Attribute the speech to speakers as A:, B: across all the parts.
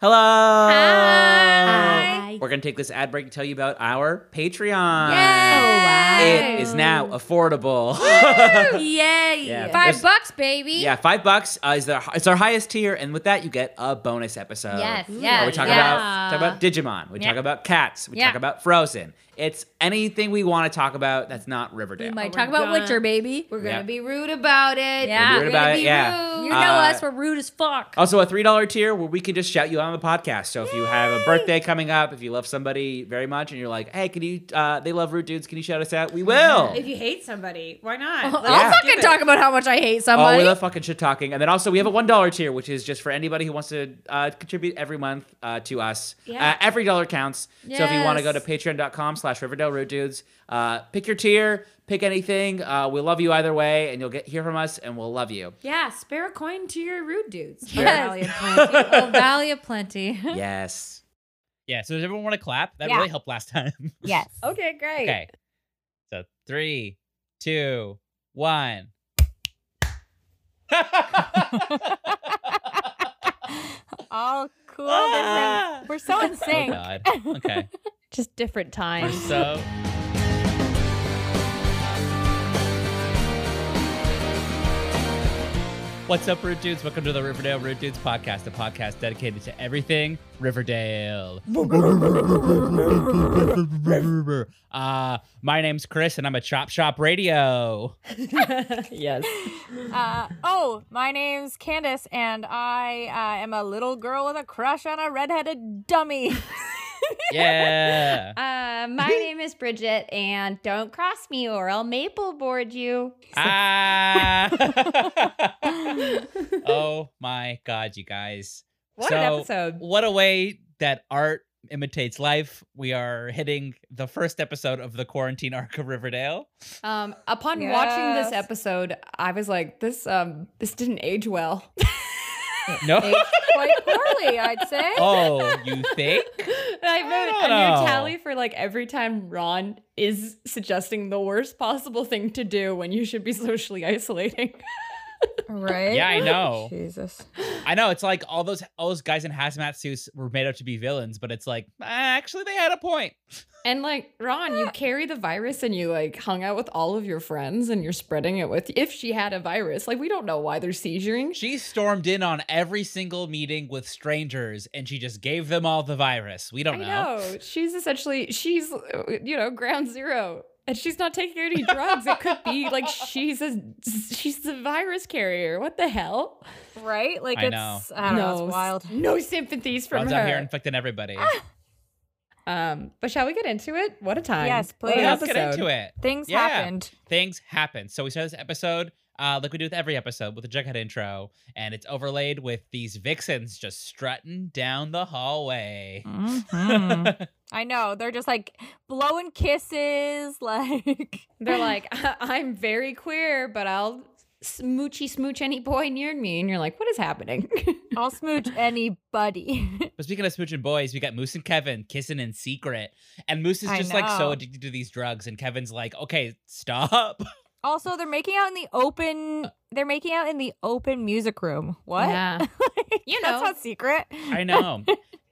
A: Hello.
B: Hi.
A: We're going to take this ad break to tell you about our Patreon.
B: wow.
A: It is now affordable.
B: Yay.
A: Yeah.
B: Five
A: There's-
B: bucks, baby.
A: yeah, five bucks uh, is the, it's our highest tier, and with that you get a bonus episode.
B: Yes,
A: Where
B: yes,
A: we talk
B: yes.
A: about talk about Digimon. We
B: Yeah.
A: talk about cats. We
B: Yeah.
A: talk about Frozen. It's anything we want to talk about that's not Riverdale.
B: We might
C: Oh
D: we're
B: talk about
D: gonna-
B: Witcher, baby.
D: We're gonna
A: Yeah.
D: be rude about it.
B: Yeah.
D: We're
A: We're rude
D: gonna
A: about
D: be
A: it, yeah.
D: rude.
B: You know
A: Uh, oh,
B: us. We're rude as fuck.
A: Also, a three dollar tier where we can just shout you out on the podcast. So if you have a birthday coming up, if you love somebody very much, and you're like, "Hey, can you?" Uh, they love rude dudes. Can you shout us out? We will.
D: If you hate somebody, why
E: Oh,
D: not?
B: I'll
D: Let's
A: Yeah.
D: just do
B: fucking
D: it.
B: talk about how much I hate
A: Oh,
B: somebody.
A: we love fucking shit talking. And then also, we have a $1 tier, which is just for anybody who wants to uh, contribute every month uh, to us.
D: Yeah.
A: Uh, every dollar counts. So if you want to go to
B: Yes.
A: patreon.com slash Riverdale Road Dudes, uh, pick your tier, pick anything. Uh, we love you either way, and you'll get hear from us, and we'll love you.
D: Yeah, spare a coin to your rude dudes.
B: Yes.
D: Valley of Plenty.
B: oh, Valley of Plenty.
A: Yes.
F: Yeah. So does everyone want to clap? That
B: Yeah.
F: really helped last time.
B: Yes.
D: okay, great.
F: okay. So three, two, one.
C: All cool. different.
A: Ah.
C: We're so in
F: Oh
C: sync.
F: God. Okay.
C: Just different
F: We're
C: times.
F: so. What's up, Root Dudes? Welcome to the Riverdale Root Dudes podcast, a podcast dedicated to everything Riverdale. Uh, my name's Chris, and I'm a Chop Shop Radio.
G: Yes.
C: Uh, oh, my name's Candace, and I uh, am a little girl with a crush on a redheaded dummy.
F: Yeah.
B: Uh, my name is Bridget, and don't cross me or I'll maple board you.
F: ah. oh my God, you guys.
B: What
F: So-
B: an episode.
F: What a way that art imitates life. We are hitting the first episode of the quarantine arc of Riverdale.
E: Um, upon watching
C: Yes.
E: this episode, I was like, "This um, this didn't age well."
F: No.
C: Quite poorly, I'd say.
F: oh, you think?
E: I've
F: I
E: a
F: don't know.
E: new tally for like every time Ron is suggesting the worst possible thing to do when you should be socially isolating.
C: Right?
F: Yeah, I know.
C: Jesus.
F: I know it's like all those all those guys in hazmat suits were made up to be villains, but it's like ah, actually they had a point.
E: And like Ron, you carry the virus and you like hung out with all of your friends and you're spreading it with. If she had a virus, like we don't know why they're seizuring.
F: She stormed in on every single meeting with strangers, and she just gave them all the virus. We don't
E: I know. She's essentially she's uh, you know ground zero, and she's not taking any drugs. It could be like she's a she's the virus carrier. What the hell?
C: Right? Like,
F: I
C: it's, I don't know,
E: s-
C: it's wild.
E: No sympathies from
F: Ron's
E: her.
F: out here infecting everybody.
C: Ah,
E: um, but shall we get into it? What a time!
C: Yes,
E: What an
C: please.
F: Let's get into
E: episode.
F: it.
C: Things
F: Yeah.
C: happened.
F: things happen. So we start this episode, uh, like we do with every episode, with the Jughead intro, and it's overlaid with these vixens just strutting down the hallway.
C: Mm. Mm-hmm. I know. They're just like blowing kisses. Like,
E: They're like, "I- I'm very queer, but I'll smoochy smooch any boy near me, and you're like, what is happening?
C: I'll smooch anybody.
F: but speaking of smooching boys, we got Moose and Kevin kissing in secret, and Moose is
C: I
F: just like so
C: know.
F: addicted to these drugs, and Kevin's like, "Okay, stop."
C: also, they're making out in the open. They're making out in the open music room. What?
E: Yeah.
C: you
E: know.
C: That's not secret.
F: I know.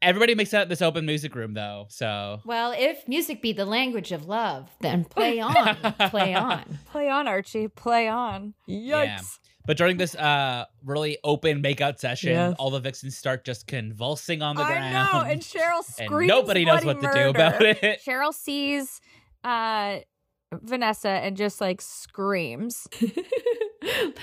F: Everybody makes out in this open music room though, so
B: Well, if music be the language of love, then play on, play on.
C: Play on, Archie. Play on.
F: Yeah. But during this uh really open makeout session, all the vixens start just convulsing on the
C: I
F: ground.
C: know. And Cheryl
F: and
C: screams.
F: nobody knows
C: bloody
F: what to do
C: murder.
F: about it.
C: Cheryl sees uh, Vanessa and just like screams.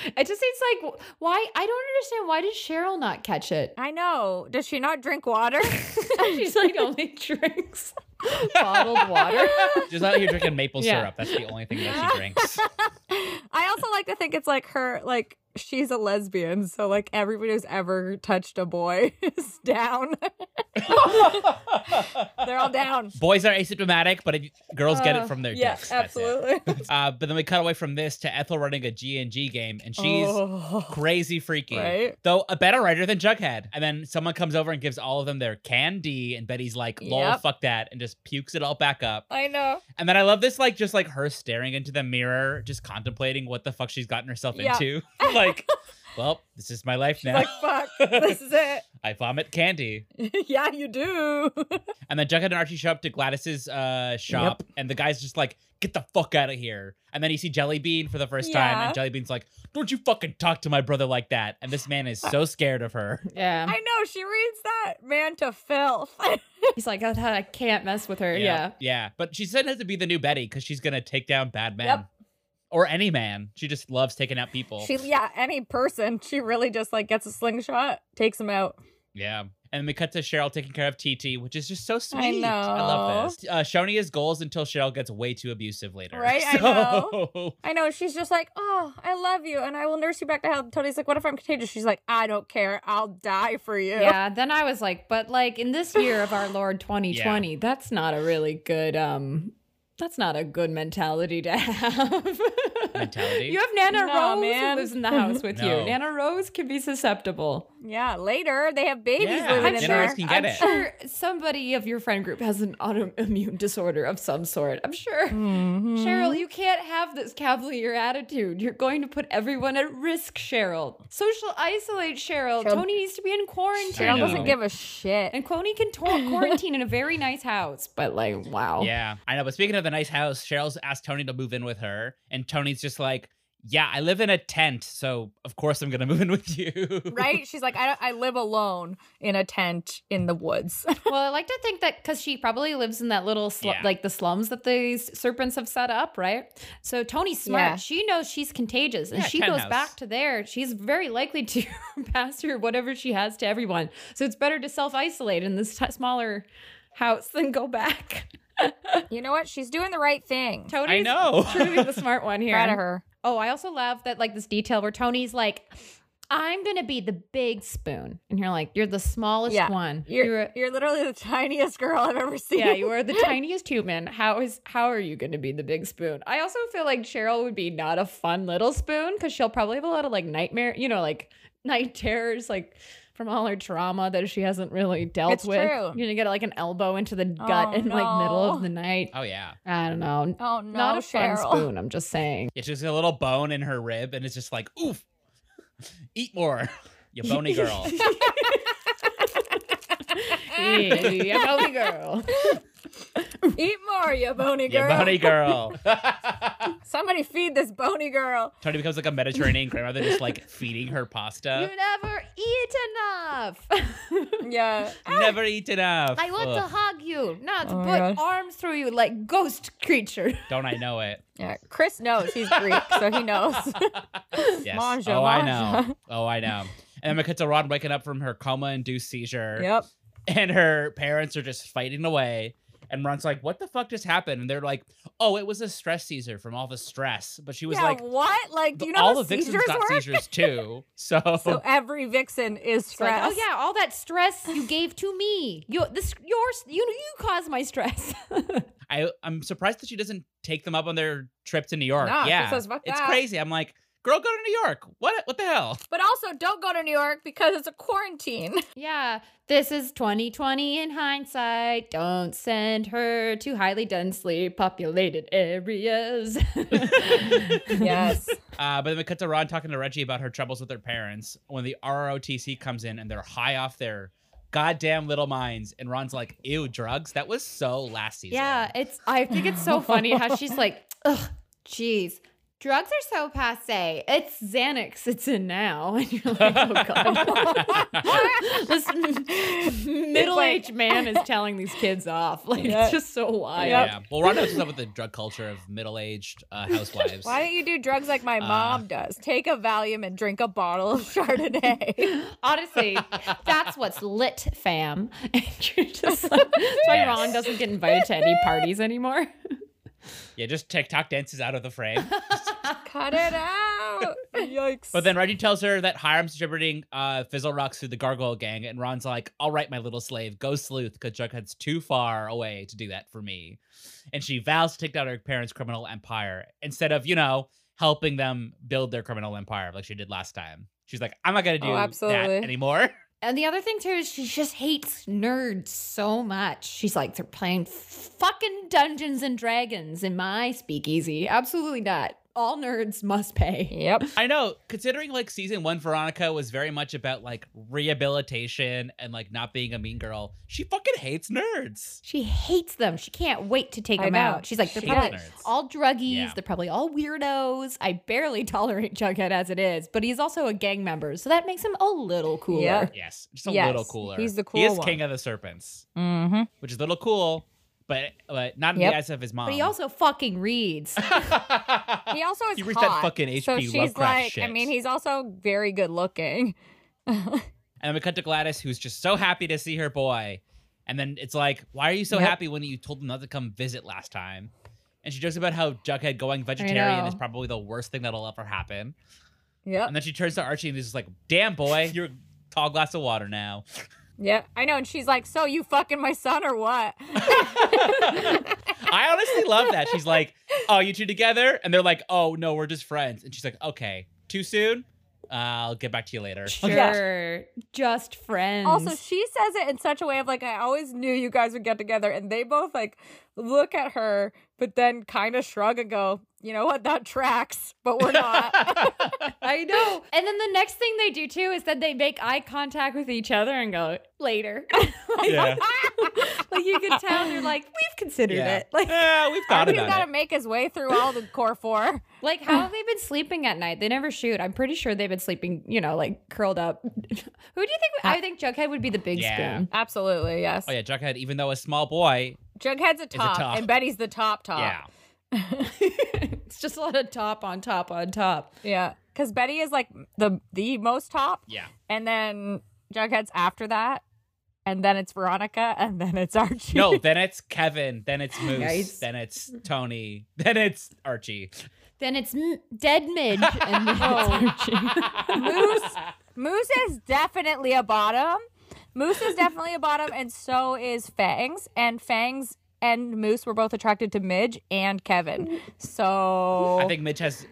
E: it just seems like why I don't understand. Why did Cheryl not catch it?
C: I know. Does she not drink water?
E: She's like only drinks bottled water.
F: She's out here drinking maple
E: Yeah.
F: syrup. That's the only thing that she drinks.
C: I also like to think it's like her, like she's a lesbian, so like everybody who's ever touched a boy is down. They're all down. Uh,
F: Boys are asymptomatic, but it, girls get it from their
C: yeah,
F: dicks. That's it.
C: absolutely.
F: Uh, but then we cut away from this to Ethel running a G and G game, and she's
C: Oh.
F: crazy freaky.
C: Right?
F: Though a better writer than Jughead. And then someone comes over and gives all of them their candy, and Betty's like, lol,
C: Yep.
F: fuck that, and just pukes it all back up.
C: I know.
F: And then I love this, like, just like her staring into the mirror, just contemplating what the fuck she's gotten herself
C: Yeah.
F: into. like, well, this is my life now.
C: Like fuck, this is it.
F: I vomit candy.
C: yeah, you do.
F: And then Jughead and Archie show up to Gladys's uh, shop, and the guy's just like, "Get the fuck out of here!" And then you see Jellybean for the first time, and Jellybean's like, "Don't you fucking talk to my brother like that!" And this man is so scared of her.
E: Yeah.
C: I know she reads that man to filth.
E: He's like, oh, I can't mess with her. Yeah.
F: yeah. But she said it has to be the new Betty because she's gonna take down bad men
C: Yep.
F: or any man. She just loves taking out people.
C: she, yeah, any person, she really just like gets a slingshot, takes him out.
F: Yeah. And then we cut to Cheryl taking care of TT, which is just so sweet.
C: know.
F: love this. Uh, Shoni is goals until Cheryl gets way too abusive later.
C: Right, I
F: So-
C: I know she's just like, oh, I love you, and I will nurse you back to health. Tony's like, what if I'm contagious? She's like, I don't care, I'll die for you.
E: Yeah, then I was like, but like in this year of our Lord 2020, that's not a really good um that's not a good mentality to have.
F: Mentality?
E: you have Nana
C: Nah,
E: Rose
C: man.
E: who lives in the house with
F: No.
E: you. Nana Rose can be susceptible.
C: Yeah, later they have babies
F: Yeah,
C: living
E: I'm
C: in
F: Nana
C: there.
F: Rose can get
E: I'm
F: it.
E: sure somebody of your friend group has an autoimmune disorder of some sort. I'm sure. Mm-hmm.
C: Mhm.
E: Cheryl, you can't have this cavalier attitude. You're going to put everyone at risk, Cheryl. Social isolate, Cheryl.
C: Cheryl-
E: Tony needs to be in quarantine.
F: I
C: Cheryl
F: know.
C: doesn't give a shit.
E: And Cloney can tor- quarantine in a very nice house, but like, wow.
F: Yeah, I know. But speaking of the nice house, Cheryl's asked Tony to move in with her, and Tony's just like, "Yeah, I live in a tent, so of course I'm gonna move in with you."
C: Right? She's like, I, I live alone in a tent in the woods.
E: Well, I like to think that because she probably lives in that little, slu-
F: Yeah.
E: like the slums that these serpents have set up, right? So Tony's smart.
C: Yeah.
E: She knows she's contagious and
F: Yeah,
E: she
F: tent
E: goes
F: house.
E: back to there. She's very likely to pass her whatever she has to everyone. So it's better to self isolate in this t- smaller house than go back.
C: you know what? She's doing the right thing.
E: Tony's
F: know.
E: truly the smart one here.
C: Proud of her.
E: Oh, I also love that like this detail where Tony's like, I'm gonna be the big spoon. And you're like, you're the smallest
C: Yeah.
E: one.
C: You're,
E: You're
C: you're,
E: a-
C: literally the tiniest girl I've ever seen.
E: yeah, you are the tiniest human. How is how are you gonna be the big spoon? I also feel like Cheryl would be not a fun little spoon because she'll probably have a lot of like nightmare, you know, like night terrors, like from all her trauma that she hasn't really dealt
C: It's
E: with.
C: true.
E: You're gonna get like an elbow into the gut
C: Oh,
E: in like middle of
C: no.
E: the night.
F: Oh yeah,
E: I don't know.
C: Oh no,
E: not a
C: Cheryl.
E: fun spoon, I'm just saying.
F: yeah. She's got a little bone in her rib, and it's just like, "Oof, eat more, you bony girl."
E: yeah, bony girl.
C: Eat more, you bony
F: you
C: girl.
F: bony girl.
C: Somebody feed this bony girl.
F: Tony becomes like a Mediterranean grandmother, just like feeding her pasta.
E: You never eat enough.
C: Yeah.
F: Never eat enough.
E: I want to
F: Ugh,
E: hug you, not
C: Oh my gosh.
E: put arms through you like ghost creature.
F: Don't I know it?
C: Yeah. Chris knows he's Greek, so he knows.
F: Yes.
C: Manja,
F: oh, I know.
C: manja.
F: Oh, I know. And then we cut to Ron waking up from her coma-induced seizure.
C: yep.
F: and her parents are just fighting away. And Ron's like, "What the fuck just happened?" And they're like, "Oh, it was a stress seizure from all the stress." But she was
C: yeah,
F: like,
C: what? Like, do you know
F: "All the
C: how
F: vixens
C: seizures
F: got
C: work?
F: seizures too." So,
C: So every vixen is
E: It's like,
C: stressed.
E: oh yeah, all that stress you gave to me. You this yours you you caused my stress.
F: I I'm surprised that she doesn't take them up on their trip to New York.
C: No, she
F: yeah,
C: says, "Fuck
F: it's
C: that."
F: crazy. I'm like, "Girl, go to New York. What? What the hell?"
C: But also, don't go to New York because it's a quarantine.
E: yeah, this is 2020 in hindsight. Don't send her to highly densely populated areas.
C: yes.
F: Uh, but then we cut to Ron talking to Reggie about her troubles with her parents when the ROTC comes in and they're high off their goddamn little minds. And Ron's like, "Ew, drugs. That was so last season."
E: Yeah, it's. I think it's so funny how she's like, ugh, geez, drugs are so passe. It's Xanax. It's in now, and you're like, oh god, this middle-aged man is telling these kids off. Like,
C: Yeah.
E: it's just so wild.
F: Yeah. Well, Ron knows what's up with the drug culture of middle-aged uh, housewives.
C: Why don't you do drugs like
F: Uh.
C: my mom does? Take a Valium and drink a bottle of Chardonnay.
E: Honestly, that's what's lit, fam. And you're just like, that's why
F: Yes.
E: Ron doesn't get invited to any parties anymore.
F: Yeah, just TikTok dances out of the frame.
C: Cut it out. Yikes.
F: but then Reggie tells her that Hiram's distributing uh, Fizzle Rocks through the Gargoyle Gang, and Ron's like, "All right, my little slave, go sleuth, because Jughead's too far away to do that for me." And she vows to take down her parents' criminal empire instead of, you know, helping them build their criminal empire like she did last time. She's like, "I'm not gonna do
C: Oh,
F: that
C: absolutely.
F: anymore."
E: And the other thing too is she just hates nerds so much. She's like, they're playing fucking Dungeons and Dragons in my speakeasy. Absolutely not. all nerds must pay.
C: Yep.
F: I know, considering like season one, Veronica was very much about like rehabilitation and like not being a mean girl. She fucking hates nerds.
E: She hates them. She can't wait to take
C: I
E: them
C: know.
E: out. She's like, they're
F: She
E: probably
F: hates nerds.
E: all druggies.
F: Yeah.
E: They're probably all weirdos. I barely tolerate Jughead as it is, but he's also a gang member, so that makes him a little cooler.
C: Yeah.
F: Yes, just a
C: Yes,
F: little cooler.
C: he's the
F: He
C: cool
F: is
C: one.
F: king of the serpents,
C: Mm-hmm.
F: which is a little cool, but but not in
C: Yep.
F: the eyes of his mom.
E: But he also fucking reads.
C: He also is
F: You reached
C: hot.
F: that fucking
C: so
F: HP
C: she's
F: Lovecraft
C: like, I
F: shit.
C: mean, he's also very good looking.
F: And then we cut to Gladys, who's just so happy to see her boy. And then it's like, why are you so
C: Yep.
F: happy when you told them not to come visit last time? And she jokes about how Jughead going vegetarian is
E: know.
F: probably the worst thing that'll ever happen.
C: Yep.
F: And then she turns to Archie and is just like, damn, boy, you're a tall glass of water now.
C: Yep. I know. And she's like, so you fucking my son or what?
F: I honestly love that. She's like, oh, you two together? And they're like, oh, no, we're just friends. And she's like, okay, too soon? Uh, I'll get back to you later.
E: Sure. Just friends.
C: also, she says it in such a way of like, I always knew you guys would get together. And they both like look at her, but then kind of shrug and go, you know what? That tracks, but we're not.
E: I know. And then the next thing they do too is that they make eye contact with each other and go, later.
F: Yeah.
E: like you can tell they're like, we've considered
F: Yeah.
E: it. Like
F: Yeah, we've thought
C: He's
F: about
C: got
F: it.
C: to make his way through all the core four.
E: Like, how have they been sleeping at night? They never shoot. I'm pretty sure they've been sleeping, you know, like curled up. Who do you think? I think Jughead would be the big
F: Yeah.
E: spoon.
C: Absolutely. Yes.
F: Oh, yeah, Jughead, even though a small boy,
C: Jughead's a top,
F: top.
C: and Betty's the top
E: Uh,
C: top.
F: yeah.
E: It's just a lot of top on top on top.
C: Yeah. Because Betty is like the the most top.
F: Yeah.
C: And then Jughead's after that. And then it's Veronica. And then it's Archie.
F: No, then it's Kevin, then it's Moose,
D: Nice.
F: then it's Tony, then it's Archie.
E: Then it's m- dead midge and then
F: Oh,
E: it's Archie.
C: Moose. Moose is definitely a bottom. Moose is definitely a bottom. And so is Fangs. And Fangs and Moose were both attracted to Midge and Kevin. So
F: I think Midge has,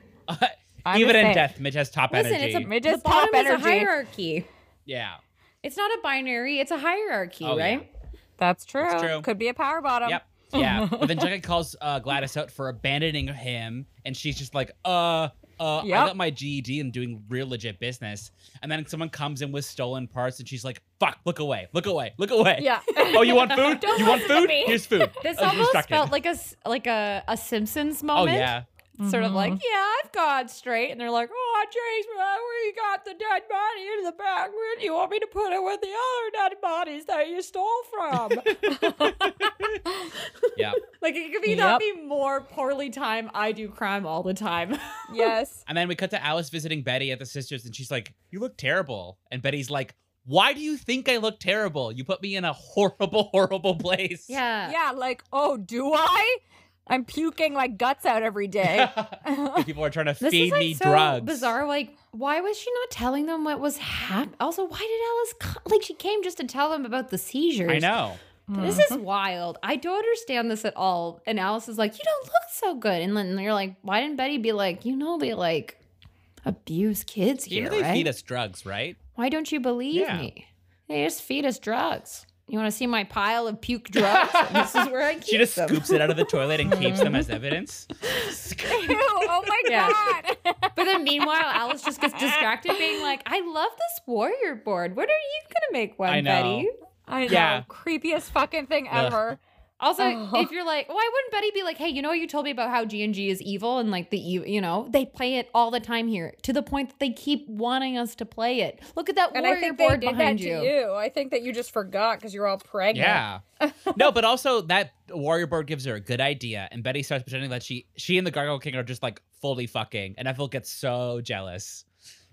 C: I'm
F: even
C: just
F: in
C: saying.
F: death, Midge has top
E: Listen,
F: energy.
E: it's a
C: Midge's
E: the bottom
C: top
E: is a
C: energy.
E: hierarchy.
F: yeah.
E: It's not a binary. It's a hierarchy,
F: Oh, yeah.
E: right?
C: that's true.
F: true.
C: Could be a power bottom.
E: Um,
F: Yep. Yeah. But then Jughead calls uh, Gladys out for abandoning him, and she's just like, uh, uh, I
C: Yep.
F: got my GED and doing real legit business. And then someone comes in with stolen parts, and she's like, fuck, look away, look away, look away.
C: Yeah.
F: Oh, you want food? you want food? Here's food.
E: This
F: Oh, you're
E: almost
F: stuck in.
E: felt like a s- like a, a Simpsons
F: Oh,
E: moment.
F: yeah.
E: sort of
F: Mm-hmm.
E: like, yeah, I've gone straight. And they're like, oh, James, well, we got the dead body in the back. Where do you want me to put it with the other dead bodies that you stole from?
F: Yeah.
E: like, it could be not
C: Yep.
E: be more poorly timed. I do crime all the time.
C: Yes.
F: And then we cut to Alice visiting Betty at the sisters, and she's like, "You look terrible." And Betty's like, "Why do you think I look terrible? You put me in a horrible, horrible place."
E: yeah.
C: Yeah. Like, oh, do I? I'm puking my guts out every day.
F: And people are trying to
E: This
F: feed
E: is like
F: me
E: so
F: drugs.
E: bizarre. Like, why was she not telling them what was happening? Also, why did Alice come? Like, she came just to tell them about the seizures.
F: I know.
E: This is
F: Mm-hmm.
E: wild. I don't understand this at all. And Alice is like, "You don't look so good." And then you're like, "Why didn't Betty be like, you know, they like abuse kids
F: You
E: here,
F: know they
E: right?
F: feed us drugs, right?
E: Why don't you believe
F: Yeah.
E: me? They just feed us drugs. You want to see my pile of puke drugs? this is where I keep
F: She just
E: them.
F: scoops it out of the toilet and keeps them as evidence.
C: Ew, oh my god.
E: But then meanwhile, Alice just gets distracted, being like, "I love this warrior board. What are you gonna make one,
F: I know.
E: Betty?"
C: I know.
F: Yeah.
C: Creepiest fucking thing
F: Ugh.
C: ever.
E: Also,
C: Oh.
E: if you're like, why wouldn't Betty be like, hey, you know, you told me about how G and G is evil and like the, e- you know, they play it all the time here to the point that they keep wanting us to play it. Look at that
C: And
E: warrior
C: I think they
E: board
C: did that
E: behind
C: to
E: you.
C: you. I think that you just forgot because you're all pregnant.
F: Yeah. no, but also that warrior board gives her a good idea, and Betty starts pretending that she she and the Gargoyle King are just like fully fucking, and Ethel gets so jealous.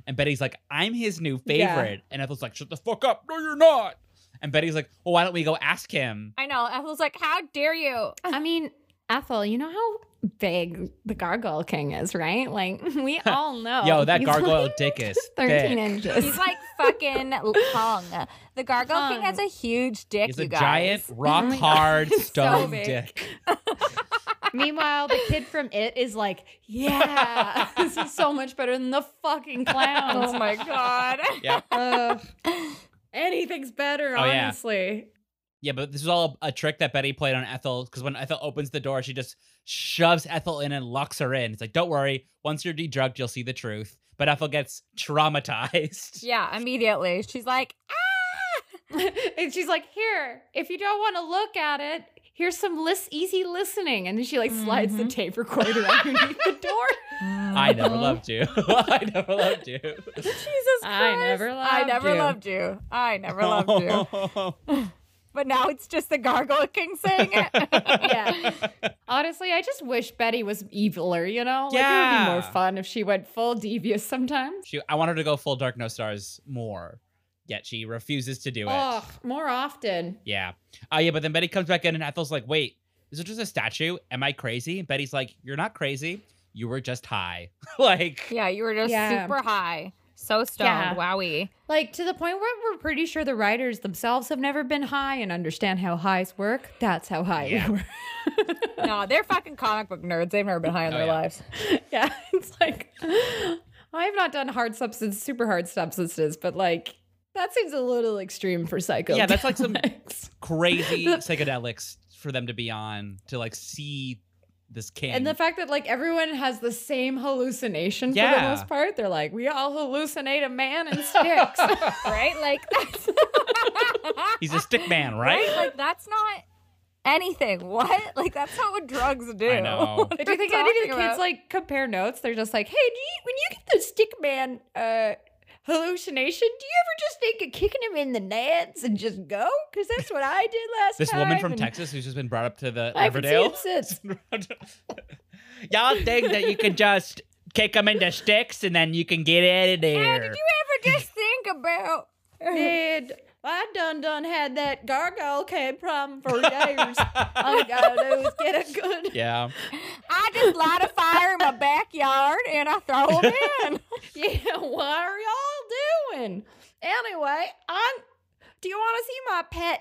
F: And Betty's like, "I'm his new
E: Yeah.
F: favorite," and Ethel's like, "Shut the fuck up! No, you're not." And Betty's like, "Well, why don't we go ask him?"
C: I know. Ethel's like, how dare you?
E: I mean, Ethel, you know how big the Gargoyle King is, right? Like, we all know.
F: Yo, that
E: Oh, He's
F: gargoyle
E: like
F: dick is
E: 13
F: thick.
E: inches.
C: He's like fucking hung. The Gargoyle King has a huge dick,
F: He's
C: you
F: a
C: guys.
F: giant, rock hard, stone
C: big.
F: dick.
E: Meanwhile, the kid from It is like, yeah, this is so much better than the fucking clowns.
C: Oh my god.
F: Yeah.
E: Ugh. anything's better,
F: Oh, yeah.
E: honestly.
F: Yeah, but this is all a trick that Betty played on Ethel because when Ethel opens the door, she just shoves Ethel in and locks her in. It's like, don't worry, once you're de-drugged, you'll see the truth. But Ethel gets traumatized.
C: Yeah, immediately. She's like, "Ah!"
E: and she's like, "Here, if you don't want to look at it, here's some lis- easy listening." And then she like slides
F: Mm-hmm.
E: the tape recorder underneath the door.
F: I never loved you. I never loved you.
C: Jesus Christ.
E: I never
C: I
E: loved
C: never
E: you."
C: loved you. I never loved you. But now it's just the Gargoyle King saying it.
E: yeah. Honestly, I just wish Betty was eviler. You know, like it would be
F: Yeah.
E: more fun if she went full devious sometimes.
F: she, I want her to go full Dark No Stars more, yet she refuses to do it.
E: Ugh, more often.
F: Yeah. Oh, yeah. But then Betty comes back in, and Ethel's like, "Wait, is it just a statue? Am I crazy?" And Betty's like, "You're not crazy. You were just high." like,
C: yeah, you were just
E: Yeah.
C: super high. So stoned.
E: Yeah.
C: Wowie.
E: Like to the point where we're pretty sure the writers themselves have never been high and understand how highs work. That's how high
F: Yeah.
E: we were.
C: No, they're fucking comic book nerds. They've never been high in their
F: yeah.
C: lives.
E: yeah, it's like I've not done hard substance, super hard substances, but like that seems a little extreme for psycho.
F: yeah, that's like some
E: Thanks.
F: crazy psychedelics for them to be on to like see this king.
E: And the fact that like everyone has the same hallucination for
F: Yeah.
E: the most part, they're like, we all hallucinate a man and sticks.
C: Right? Like that's
F: He's a stick man,
C: right?
F: right?
C: Like that's not anything. What? Like that's not what drugs do.
F: I know.
E: Do you think
C: They're
E: any of the
C: talking
E: kids
C: about-
E: like compare notes? They're just like, hey, do you, when you get the stick man uh, hallucination, do you ever just think of kicking him in the nads and just go? Because that's what I did last
F: This
E: time.
F: woman from
E: and
F: Texas who's just been brought up to the
E: I haven't seen
F: Riverdale.
E: him since.
F: Y'all think that you can just kick them into sticks and then you can get out of there?
C: Did you ever just think about
E: Did I done done had that gargoyle cave problem for years. All I gotta do is get a good.
F: yeah.
C: I just light a fire in my backyard and I throw them in.
E: Yeah, what are y'all doing? Anyway, I'm. Do you want to see my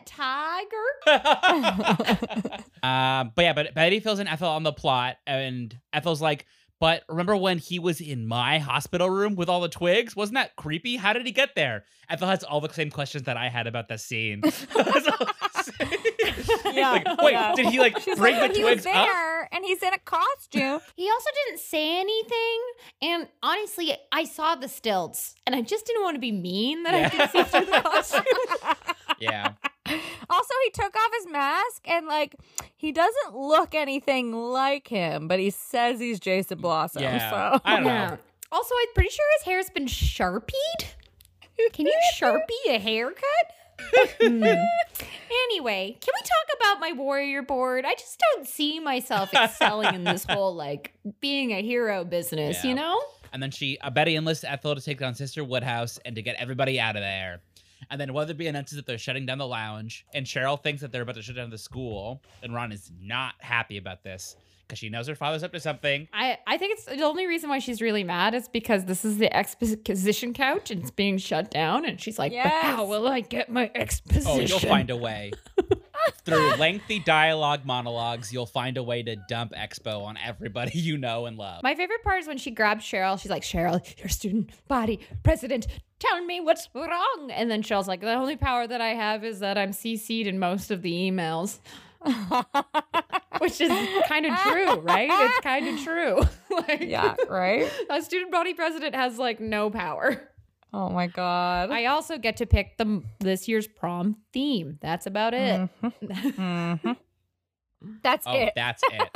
E: pet tiger?
F: Um, but yeah, but Betty fills in Ethel on the plot, and Ethel's like, "But remember when he was in my hospital room with all the twigs? Wasn't that creepy? How did he get there?" Ethel has all the same questions that I had about this scene.
C: Yeah,
F: Like, wait,
C: yeah.
F: did he like
C: She's
F: bring
C: like,
F: the
C: he was
F: twigs up?
C: there and he's in a costume.
E: He also didn't say anything. And honestly, I saw the stilts and I just didn't want to be mean that
F: Yeah.
E: I could see through the costume.
F: Yeah,
C: Also, he took off his mask and like he doesn't look anything like him, but he says he's Jason Blossom.
F: yeah.
C: So
F: I don't know.
E: Also, I'm pretty sure his hair's been sharpied. Can you sharpie a haircut? Hmm. Anyway, can we talk about my warrior board? I just don't see myself excelling in this whole like being a hero business,
F: Yeah.
E: you know?
F: And then she, uh, Betty enlists Ethel to take down Sister Woodhouse and to get everybody out of there. And then Weatherby announces that they're shutting down the lounge, and Cheryl thinks that they're about to shut down the school. And Ron is not happy about this because she knows her father's up to something.
E: I, I think it's the only reason why she's really mad is because this is the exposition couch and it's being shut down and she's like,
C: Yes.
E: "But how will I get my exposition?
F: Oh, you'll find a way. Through lengthy dialogue monologues, you'll find a way to dump Expo on everybody you know and love.
E: My favorite part is when she grabs Cheryl. She's like, Cheryl, your student body president, tell me what's wrong. And then Cheryl's like, the only power that I have is that I'm CC'd in most of the emails. Which is kind of true, right? It's kind of true. like,
C: yeah, right?
E: A student body president has like no power.
C: Oh my god.
E: I also get to pick the this year's prom theme. That's about it.
C: Mm-hmm.
E: Mm-hmm.
C: That's
F: Oh,
C: it.
F: that's it.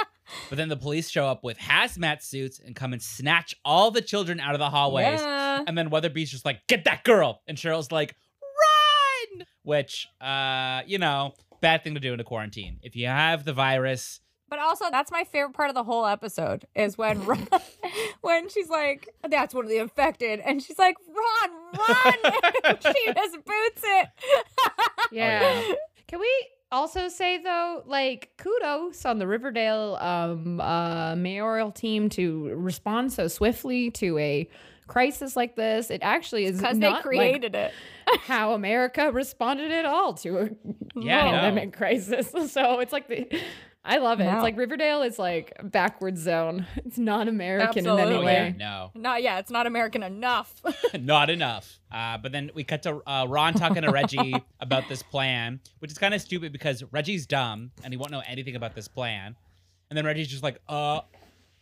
F: But then the police show up with hazmat suits and come and snatch all the children out of the hallways.
C: Yeah.
F: And then Weatherby's just like, get that girl. And Cheryl's like, run. Which, uh, you know, bad thing to do in a quarantine. If you have the virus,
C: But also, that's my favorite part of the whole episode is when Ron, when she's like, "That's one of the infected," and she's like, "Ron, run!" she just boots it. Oh,
E: yeah. Can we also say though, like kudos on the Riverdale um, uh, mayoral team to respond so swiftly to a crisis like this. It actually is
C: because they
E: not
C: created it.
E: like, how America responded at all to a
F: yeah, no.
E: pandemic crisis. So it's like the I love it.
C: No.
E: It's like Riverdale is like a backward zone. It's not American in
C: Absolutely.
E: any
F: Oh, yeah,
E: way.
F: no,
C: Not yeah, it's not American enough.
F: not enough. Uh, but then we cut to uh, Ron talking to Reggie about this plan, which is kind of stupid because Reggie's dumb and he won't know anything about this plan. And then Reggie's just like, uh,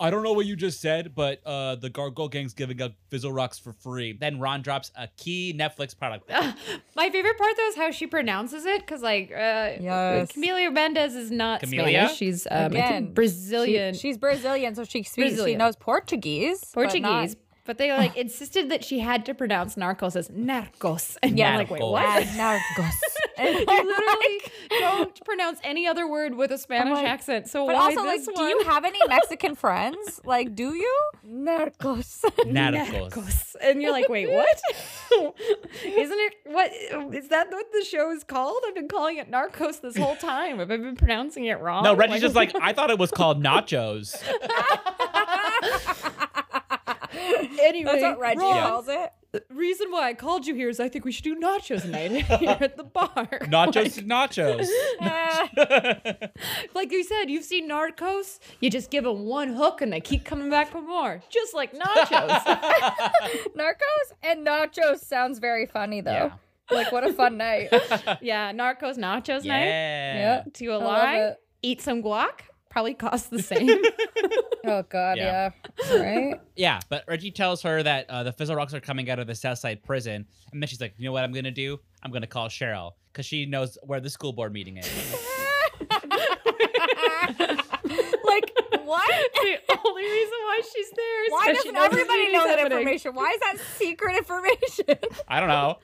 F: I don't know what you just said, but uh, the Gargoyle Gang's giving up Fizzle Rocks for free. Then Ron drops a key Netflix product.
E: My favorite part though is how she pronounces it because like uh,
C: Yes.
E: Camelia Mendez is not
F: Camelia?
E: Spanish. She's um, I think
C: Again,
E: Brazilian.
C: She- she's Brazilian, so she speaks. She
E: Brazilian.
C: knows Portuguese. but not-
E: Portuguese. But, they like insisted that she had to pronounce narcos as narcos. And
C: Yeah.
E: yeah, like, wait,
F: Narcos.
E: what?
C: Ah, narcos. And
E: you
C: I'm
E: literally
C: like-
E: don't pronounce any other word with a Spanish
C: like-
E: accent. So
C: But
E: why
C: also, like,
E: this
C: do
E: one?
C: you have any Mexican friends? Like, do you? Narcos.
F: Narcos.
E: And you're like, wait, what? Isn't it what is that what the show is called? I've been calling it Narcos this whole time. Have I been pronouncing it wrong?
F: No, Reggie's just like, I thought it was called nachos.
E: anyway.
C: That's what Reggie
E: Ron,
C: calls it.
E: Reason why I called you here is I think we should do nachos night here at the bar.
F: Nachos is nachos.
E: Like you said, you've seen Narcos. You just give them one hook and they keep coming back for more, just like nachos.
C: Narcos and nachos sounds very funny though.
F: Yeah.
C: Like, what a fun night.
E: yeah, Narcos nachos night.
F: Yeah.
E: To a
C: love
E: lie,
C: it.
E: eat some guac. Probably costs the same.
C: Oh God,
F: Yeah.
C: yeah. Right.
F: Yeah, but Reggie tells her that uh, the Fizzle Rocks are coming out of the South Side prison, and then she's like, "You know what I'm gonna do? I'm gonna call Cheryl because she knows where the school board meeting is."
C: like, what?
E: the only reason why she's there is
C: Why
E: because she
C: doesn't
E: knows
C: everybody
E: the
C: know that
E: meeting's happening.
C: information? Why is that secret information?
F: I don't know.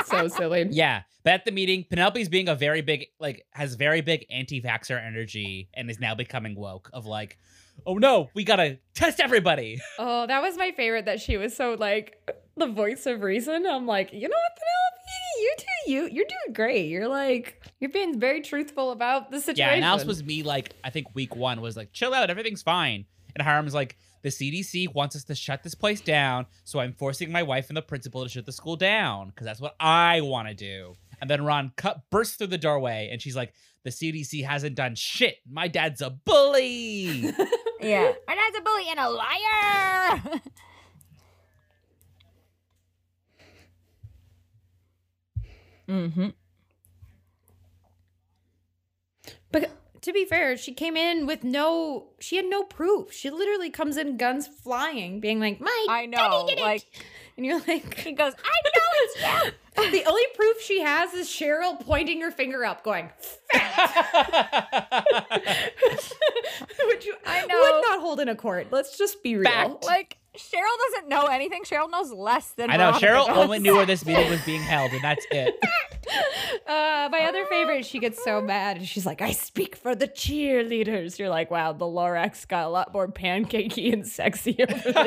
E: It's so silly.
F: Yeah, but at the meeting, Penelope's being a very big, like, has very big anti-vaxxer energy, and is now becoming woke. Of like, oh no, we gotta test everybody.
E: Oh, that was my favorite that she was so like the voice of reason. I'm like, you know what, Penelope? You too, you you're doing great. You're like you're being very truthful about the situation.
F: Yeah, and else was me like I think week one was like chill out, everything's fine. And Hiram's like the CDC wants us to shut this place down, so I'm forcing my wife and the principal to shut the school down because that's what I want to do. And then Ron cut bursts through the doorway, and she's like, "The CDC hasn't done shit. My dad's a bully."
C: yeah. My dad's a bully and a liar. mm-hmm.
E: But to be fair, she came in with no, she had no proof. She literally comes in guns flying, being like, "My
C: I know.
E: daddy did it,"
C: Like
E: and you're like,
C: he goes, I know it's you.
E: the only proof she has is Cheryl pointing her finger up, going, "Would you? I
C: know.
E: Would not hold in a court. Let's just be real.
F: Fact.
C: Oh, Like Cheryl doesn't know anything. Cheryl knows less than
F: I know
C: Veronica
F: Cheryl
C: does.
F: only knew where this meeting was being held, and that's it.
E: Uh, my
F: Oh.
E: other favorite, she gets so mad and she's like, I speak for the cheerleaders. You're like, wow, the Lorax got a lot more pancakey and sexy over the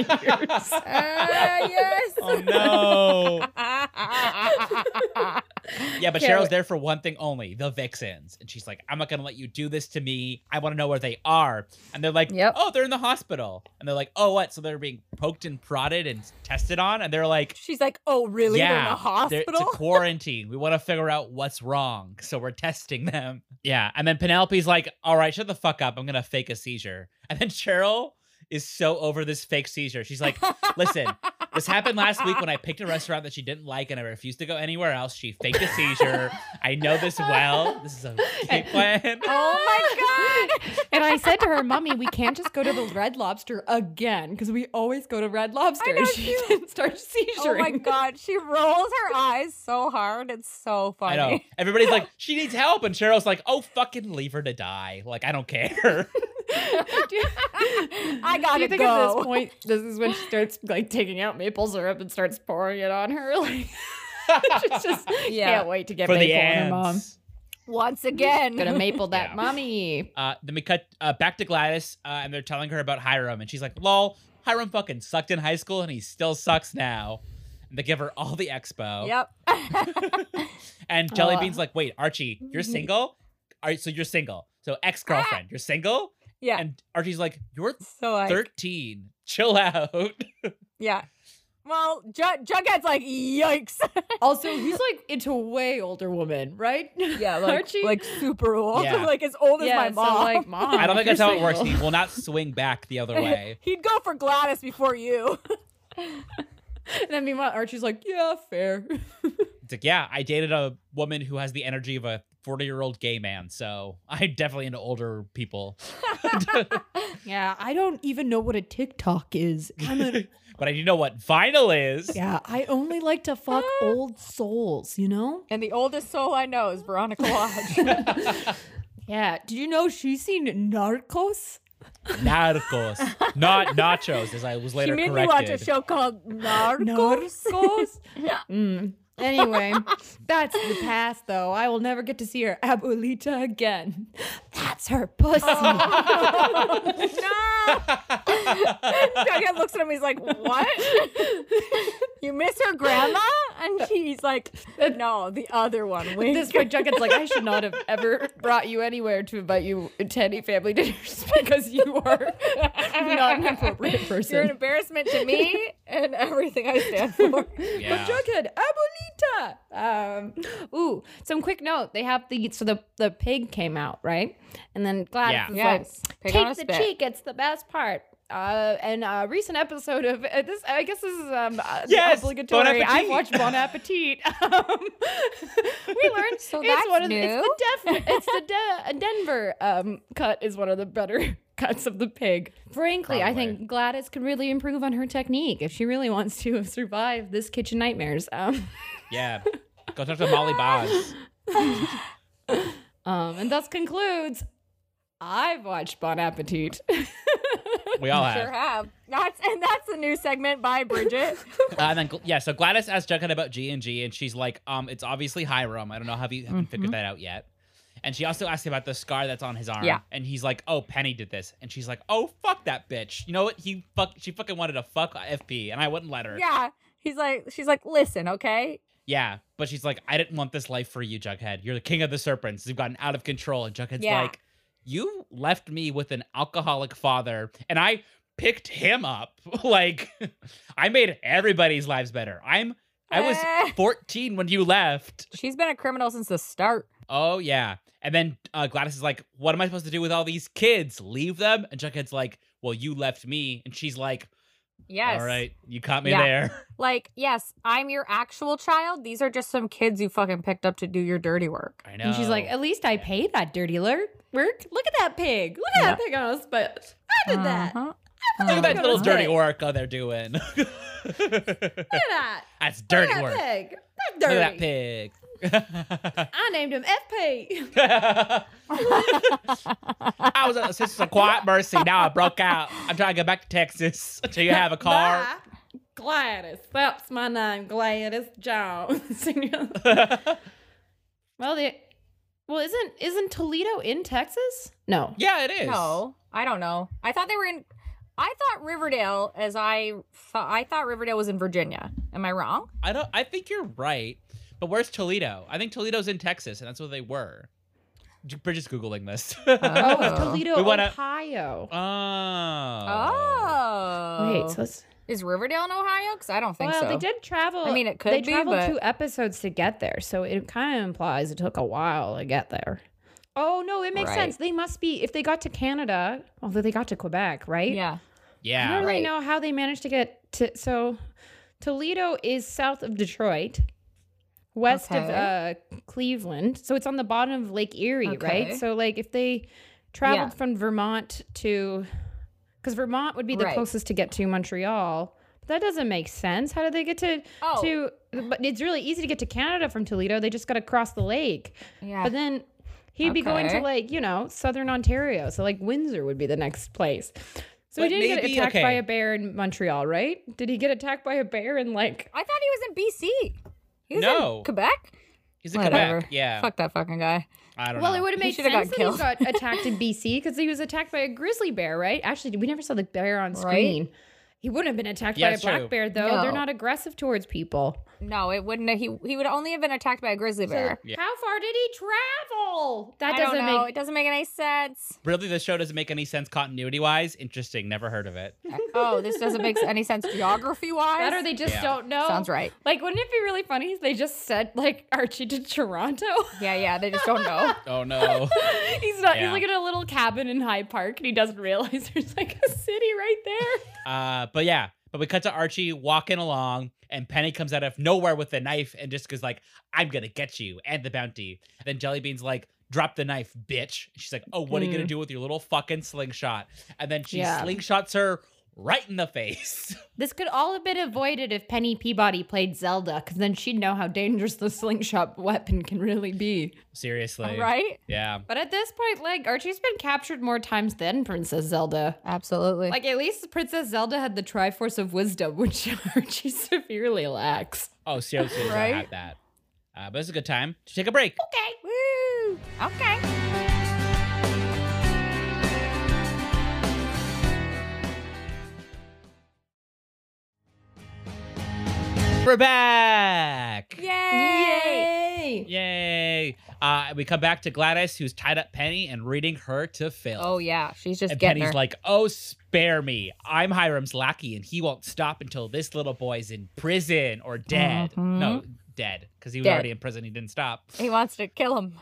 E: years.
C: Ah, yes.
F: Oh no!
C: Ah.
F: Yeah, but
E: Yeah,
F: Cheryl's
E: wait.
F: there for one thing only, the Vixens. And she's like, I'm not going to let you do this to me. I want to know where they are. And they're like,
C: Yep.
F: oh, they're in the hospital. And they're like, oh, what? So they're being poked and prodded and tested on? And they're like,
C: She's like, oh, really? They're in a
F: yeah, they're- it's a
C: hospital?
F: quarantine. We want to figure out what's wrong. So we're testing them. Yeah. And then Penelope's like, all right, shut the fuck up. I'm going to fake a seizure. And then Cheryl is so over this fake seizure. She's like, listen, this happened last week when I picked a restaurant that she didn't like and I refused to go anywhere else. She faked a seizure. I know this well. This is a game plan.
C: oh my God.
E: and I said to her, Mommy, we can't just go to the Red Lobster again because we always go to Red Lobster.
C: know,
E: And she
C: she-
E: then starts seizuring.
C: Oh my God. She rolls her eyes so hard. It's so
F: I know.
C: funny.
F: Everybody's like, she needs help. And Cheryl's like, oh, fucking leave her to die. Like, I don't care.
C: I, gotta
E: Do you think at
C: go.
E: this point, this is when she starts like taking out maple syrup and starts pouring it on her? Like, she's just
C: Yeah.
E: can't wait to get
F: For
E: maple
F: the
E: on her mom.
F: ants.
C: Once again.
E: Gonna maple that
F: Yeah.
E: mommy.
F: Uh, then we cut uh, back to Gladys, uh, and they're telling her about Hiram, and she's like, "Lol, Hiram fucking sucked in high school, and he still sucks now." And they give her all the expo.
C: Yep.
F: And Jellybean's
E: Ugh.
F: like, "Wait, Archie, you're single? All right, so you're single. So ex girlfriend, you're single."
C: Yeah.
F: And Archie's like, "You're
C: so I.
F: 13. Chill out."
C: Yeah. Well, Jug- Jughead's like, yikes.
E: Also, he's like into a way older woman, right?
C: Yeah, like
E: Archie?
C: like super old,
F: Yeah.
C: like as old as
E: yeah,
C: my
E: so,
C: mom.
E: like, mom.
F: I don't think
E: you're
F: that's how it works.
E: single.
F: He will not swing back the other way.
C: He'd go for Gladys before you.
E: And then meanwhile, Archie's like, yeah, fair.
F: It's like, yeah, I dated a woman who has the energy of a 40 year old gay man, so I'm definitely into older people.
E: yeah, I don't even know what a TikTok is. I'm an,
F: But I do know what vinyl is.
E: yeah, I only like to fuck old souls, you know?
C: And the oldest soul I know is Veronica Lodge.
E: Yeah. Did you know she's seen Narcos?
F: Narcos, not nachos, as I was
C: she
F: later
C: made
F: corrected.
C: me watch a show called Narcos.
E: Narcos? mm. Anyway, that's the past, though. I will never get to see her abuelita again. That's her pussy.
C: no. Jughead looks at him. He's like, "What? you miss her grandma?" And he's like, "No, the other one." Wink.
E: At this point, Jughead's like, I should not have ever brought you anywhere to invite you to any family dinners because you are not an appropriate person.
C: You're an embarrassment to me and everything I stand for.
F: Yeah.
E: Jughead, Abuelita. Um, ooh, some quick note. They have the so the the pig came out right, and then Gladys
F: Yeah.
E: is
C: Yes.
E: like,
C: Pig on a
E: take the
C: spit."
E: cheek. It's the best part. Uh, and a recent episode of uh, this, I guess this is um uh, the
F: Yes,
E: obligatory.
F: Bon
E: I
F: Appetit.
E: watched Bon Appetit. Um, we learned
C: So
E: it's
C: that's
E: one of the, it's
C: new?
E: the Def- it's the De- Denver um, cut is one of the better cuts of the pig. Frankly, I
F: Probably.
E: think Gladys could really improve on her technique if she really wants to survive this kitchen nightmares. Um,
F: Yeah. Go talk to Molly Bonds.
E: um, and thus concludes. I've watched Bon Appetit.
F: We all
C: Sure
F: have.
C: have. That's and that's the new segment by Bridget.
F: Uh, and then Gl- yeah, so Gladys asked Jughead about G and G, and she's like, "Um, it's obviously Hiram. I don't know how you haven't
C: Mm-hmm.
F: figured that out yet." And she also asked him about the scar that's on his arm,
C: Yeah.
F: and he's like, "Oh, Penny did this," and she's like, "Oh, fuck that bitch. You know what? He fuck. She fucking wanted to fuck FP, and I wouldn't let her.
C: yeah. He's like, she's like, listen, okay.
F: Yeah, but she's like, I didn't want this life for you, Jughead. You're the king of the serpents. You've gotten out of control. And Jughead's
C: Yeah.
F: like, You left me with an alcoholic father, and I picked him up. like, I made everybody's lives better. I'm I
C: Eh.
F: was 14 when you left.
C: She's been a criminal since the start.
F: Oh yeah. And then uh, Gladys is like, "What am I supposed to do with all these kids? Leave them?" And Jughead's like, "Well, you left me." And she's like,
C: Yes.
F: "All right, you caught me
C: Yeah.
F: there."
C: Like, yes, I'm your actual child. These are just some kids you fucking picked up to do your dirty work.
F: I know.
E: And she's like, at least I paid that dirty lurk work. Look at that pig. Look at that pig on us, but I did that.
C: Uh-huh.
F: Look at that
C: Uh-huh.
F: little
E: Look at
F: dirty
E: "Oh, it.
F: oracle they're doing.
E: Look at that.
F: That's
E: Look
F: dirty
E: at
F: work.
E: that pig. That's
F: Look
E: dirty.
F: at that pig.
E: I named him FP.
F: I was at the Sisters of Quiet Mercy. Now I broke out. I'm trying to get back to Texas. Do you have a car?
E: Bye. Gladys. That's my name, Gladys Jones. well, the well isn't isn't Toledo in Texas? No.
F: yeah, it is.
C: No, I don't know. I thought they were in. I thought Riverdale, as I thought, I thought Riverdale was in Virginia. Am I wrong?
F: I don't. I think you're right. But where's Toledo? I think Toledo's in Texas, and that's where they were. J- Bridget's googling this.
C: Oh, it's
E: Toledo,
F: We wanna-
E: Ohio.
F: oh.
C: Oh,
E: Wait, so it's
C: is Riverdale in Ohio? Because I don't think
E: well,
C: so.
E: they did travel.
C: I mean, it could
E: they
C: be,
E: traveled
C: but-
E: two episodes to get there, so it kind of implies it took a while to get there. Oh no, it makes
C: Right.
E: sense. They must be if they got to Canada, although they got to Quebec, right?
C: Yeah.
E: I don't
F: Yeah.
E: really
C: Right.
E: know how they managed to get to. So Toledo is south of Detroit, west
C: Okay.
E: of uh, Cleveland. So it's on the bottom of Lake Erie,
C: Okay.
E: right? So like if they traveled
C: Yeah.
E: from Vermont to, because Vermont would be the
C: Right.
E: closest to get to Montreal. But that doesn't make sense. How did they get to?
C: Oh.
E: To, but it's really easy to get to Canada from Toledo. They just got to cross the lake.
C: Yeah.
E: But then he'd be going to
C: Okay.
E: like, you know, southern Ontario. So like Windsor would be the next place. So
F: But
E: he didn't
F: maybe-
E: get attacked by
F: okay.
E: a bear in Montreal, right? Did he get attacked by a bear in like
C: I thought he was in BC. He was
F: No.
C: in Quebec.
F: He's in
C: Whatever.
F: Quebec. Yeah.
C: Fuck that fucking guy.
F: I don't
E: Well,
F: know.
E: it would have
C: He
E: made
C: should've
E: sense
C: got
E: that
C: killed.
E: he got attacked in BC because he was attacked by a grizzly bear, right? Actually, we never saw the bear on screen. He wouldn't have been attacked
F: Yeah,
E: by a
F: it's
E: black
F: true.
E: bear, though. They're
C: No.
E: not aggressive towards people.
C: No, it wouldn't. Have, he he would only have been attacked by a grizzly bear.
F: Yeah.
E: How far did he
H: all. That
C: I don't
H: doesn't
C: know.
H: make
C: It doesn't make any sense.
F: Really, the show doesn't make any sense continuity wise. Interesting. Never heard of it.
C: oh, this doesn't make any sense geography
H: that,
C: wise.
H: or they just
F: Yeah.
H: don't know.
C: Sounds right.
H: Like, wouldn't it be really funny if they just sent like Archie to Toronto?
C: Yeah, yeah. They just don't know.
F: Oh no.
H: he's not.
F: Yeah.
H: He's like in a little cabin in Hyde Park, and he doesn't realize there's like a city right there.
F: uh, but yeah. But we cut to Archie walking along, and Penny comes out of nowhere with a knife and just goes like, "I'm gonna get you and the bounty." Then Jellybean's like, "Drop the knife, bitch." She's like, "Oh, what are you
C: Mm.
F: gonna do with your little fucking slingshot?" And then she
H: Yeah.
F: slingshots her right in the face.
H: This could all have been avoided if Penny Peabody played Zelda, because then she'd know how dangerous the slingshot weapon can really be.
F: Seriously.
C: right?
F: Yeah.
H: But at this point, like Archie's been captured more times than Princess Zelda.
C: Absolutely.
H: Like at least Princess Zelda had the Triforce of Wisdom, which Archie severely lacks.
F: Oh, seriously, I
C: Right?
F: had that. Uh, but it's a good time to take a break.
C: Woo. Okay.
F: We're back.
C: Yay.
F: Yay! Uh, we come back to Gladys, who's tied up Penny and reading her to Phil.
C: Oh yeah, she's just
F: and
C: getting
F: Penny's
C: her.
F: like, "Oh, spare me! I'm Hiram's lackey, and he won't stop until this little boy's in prison or dead. No, dead, because he was
C: Mm-hmm. Dead.
F: already in prison. He didn't stop."
C: he wants to kill him.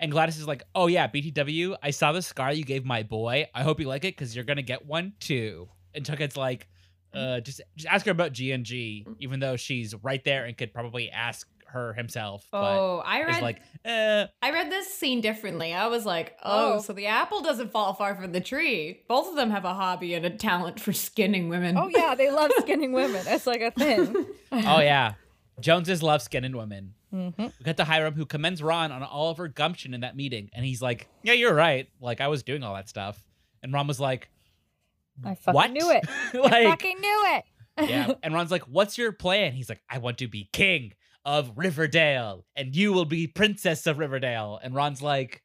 F: And Gladys is like, "Oh yeah, BTW, I saw the scar you gave my boy. I hope you like it, because you're gonna get one too." And Tuckett's like, uh, "Just, just ask her about G and G, even though she's right there and could probably ask her himself." But
E: Oh, I
F: is
E: read
F: like, "Uh,
E: I read this scene differently. I was like, oh,
H: Oh.
E: so the apple doesn't fall far from the tree. Both of them have a hobby and a talent for skinning women.
C: Oh yeah, they love skinning women. That's like a thing.
F: oh yeah. Joneses love skinning women.
C: Mm-hmm.
F: We got to Hiram who commends Ron on all of her gumption in that meeting, and he's like, "Yeah, you're right. Like I was doing all that stuff." And Ron was like,
C: I fucking
F: "What?"
C: knew it.
F: like,
C: fucking knew it.
F: yeah. And Ron's like, "What's your plan?" He's like, "I want to be king of Riverdale, and you will be princess of Riverdale." And Ron's like,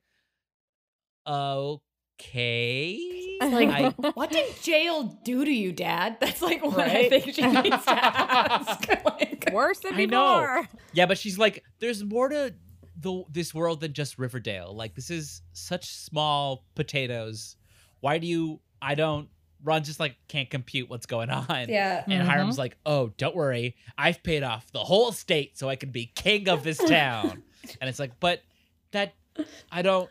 F: "Okay."
E: Like,
F: I-
E: what did jail do to you, Dad? That's like what I
C: Right?
E: think she needs to ask. like,
C: Worse than
F: I know.
C: before.
F: Yeah, but she's like, there's more to the this world than just Riverdale. Like this is such small potatoes. Why do you? I don't. Ron just like can't compute what's going on.
E: yeah. Mm-hmm.
F: And Hiram's like, oh, don't worry, I've paid off the whole state so I can be king of this town. and it's like, but that I don't.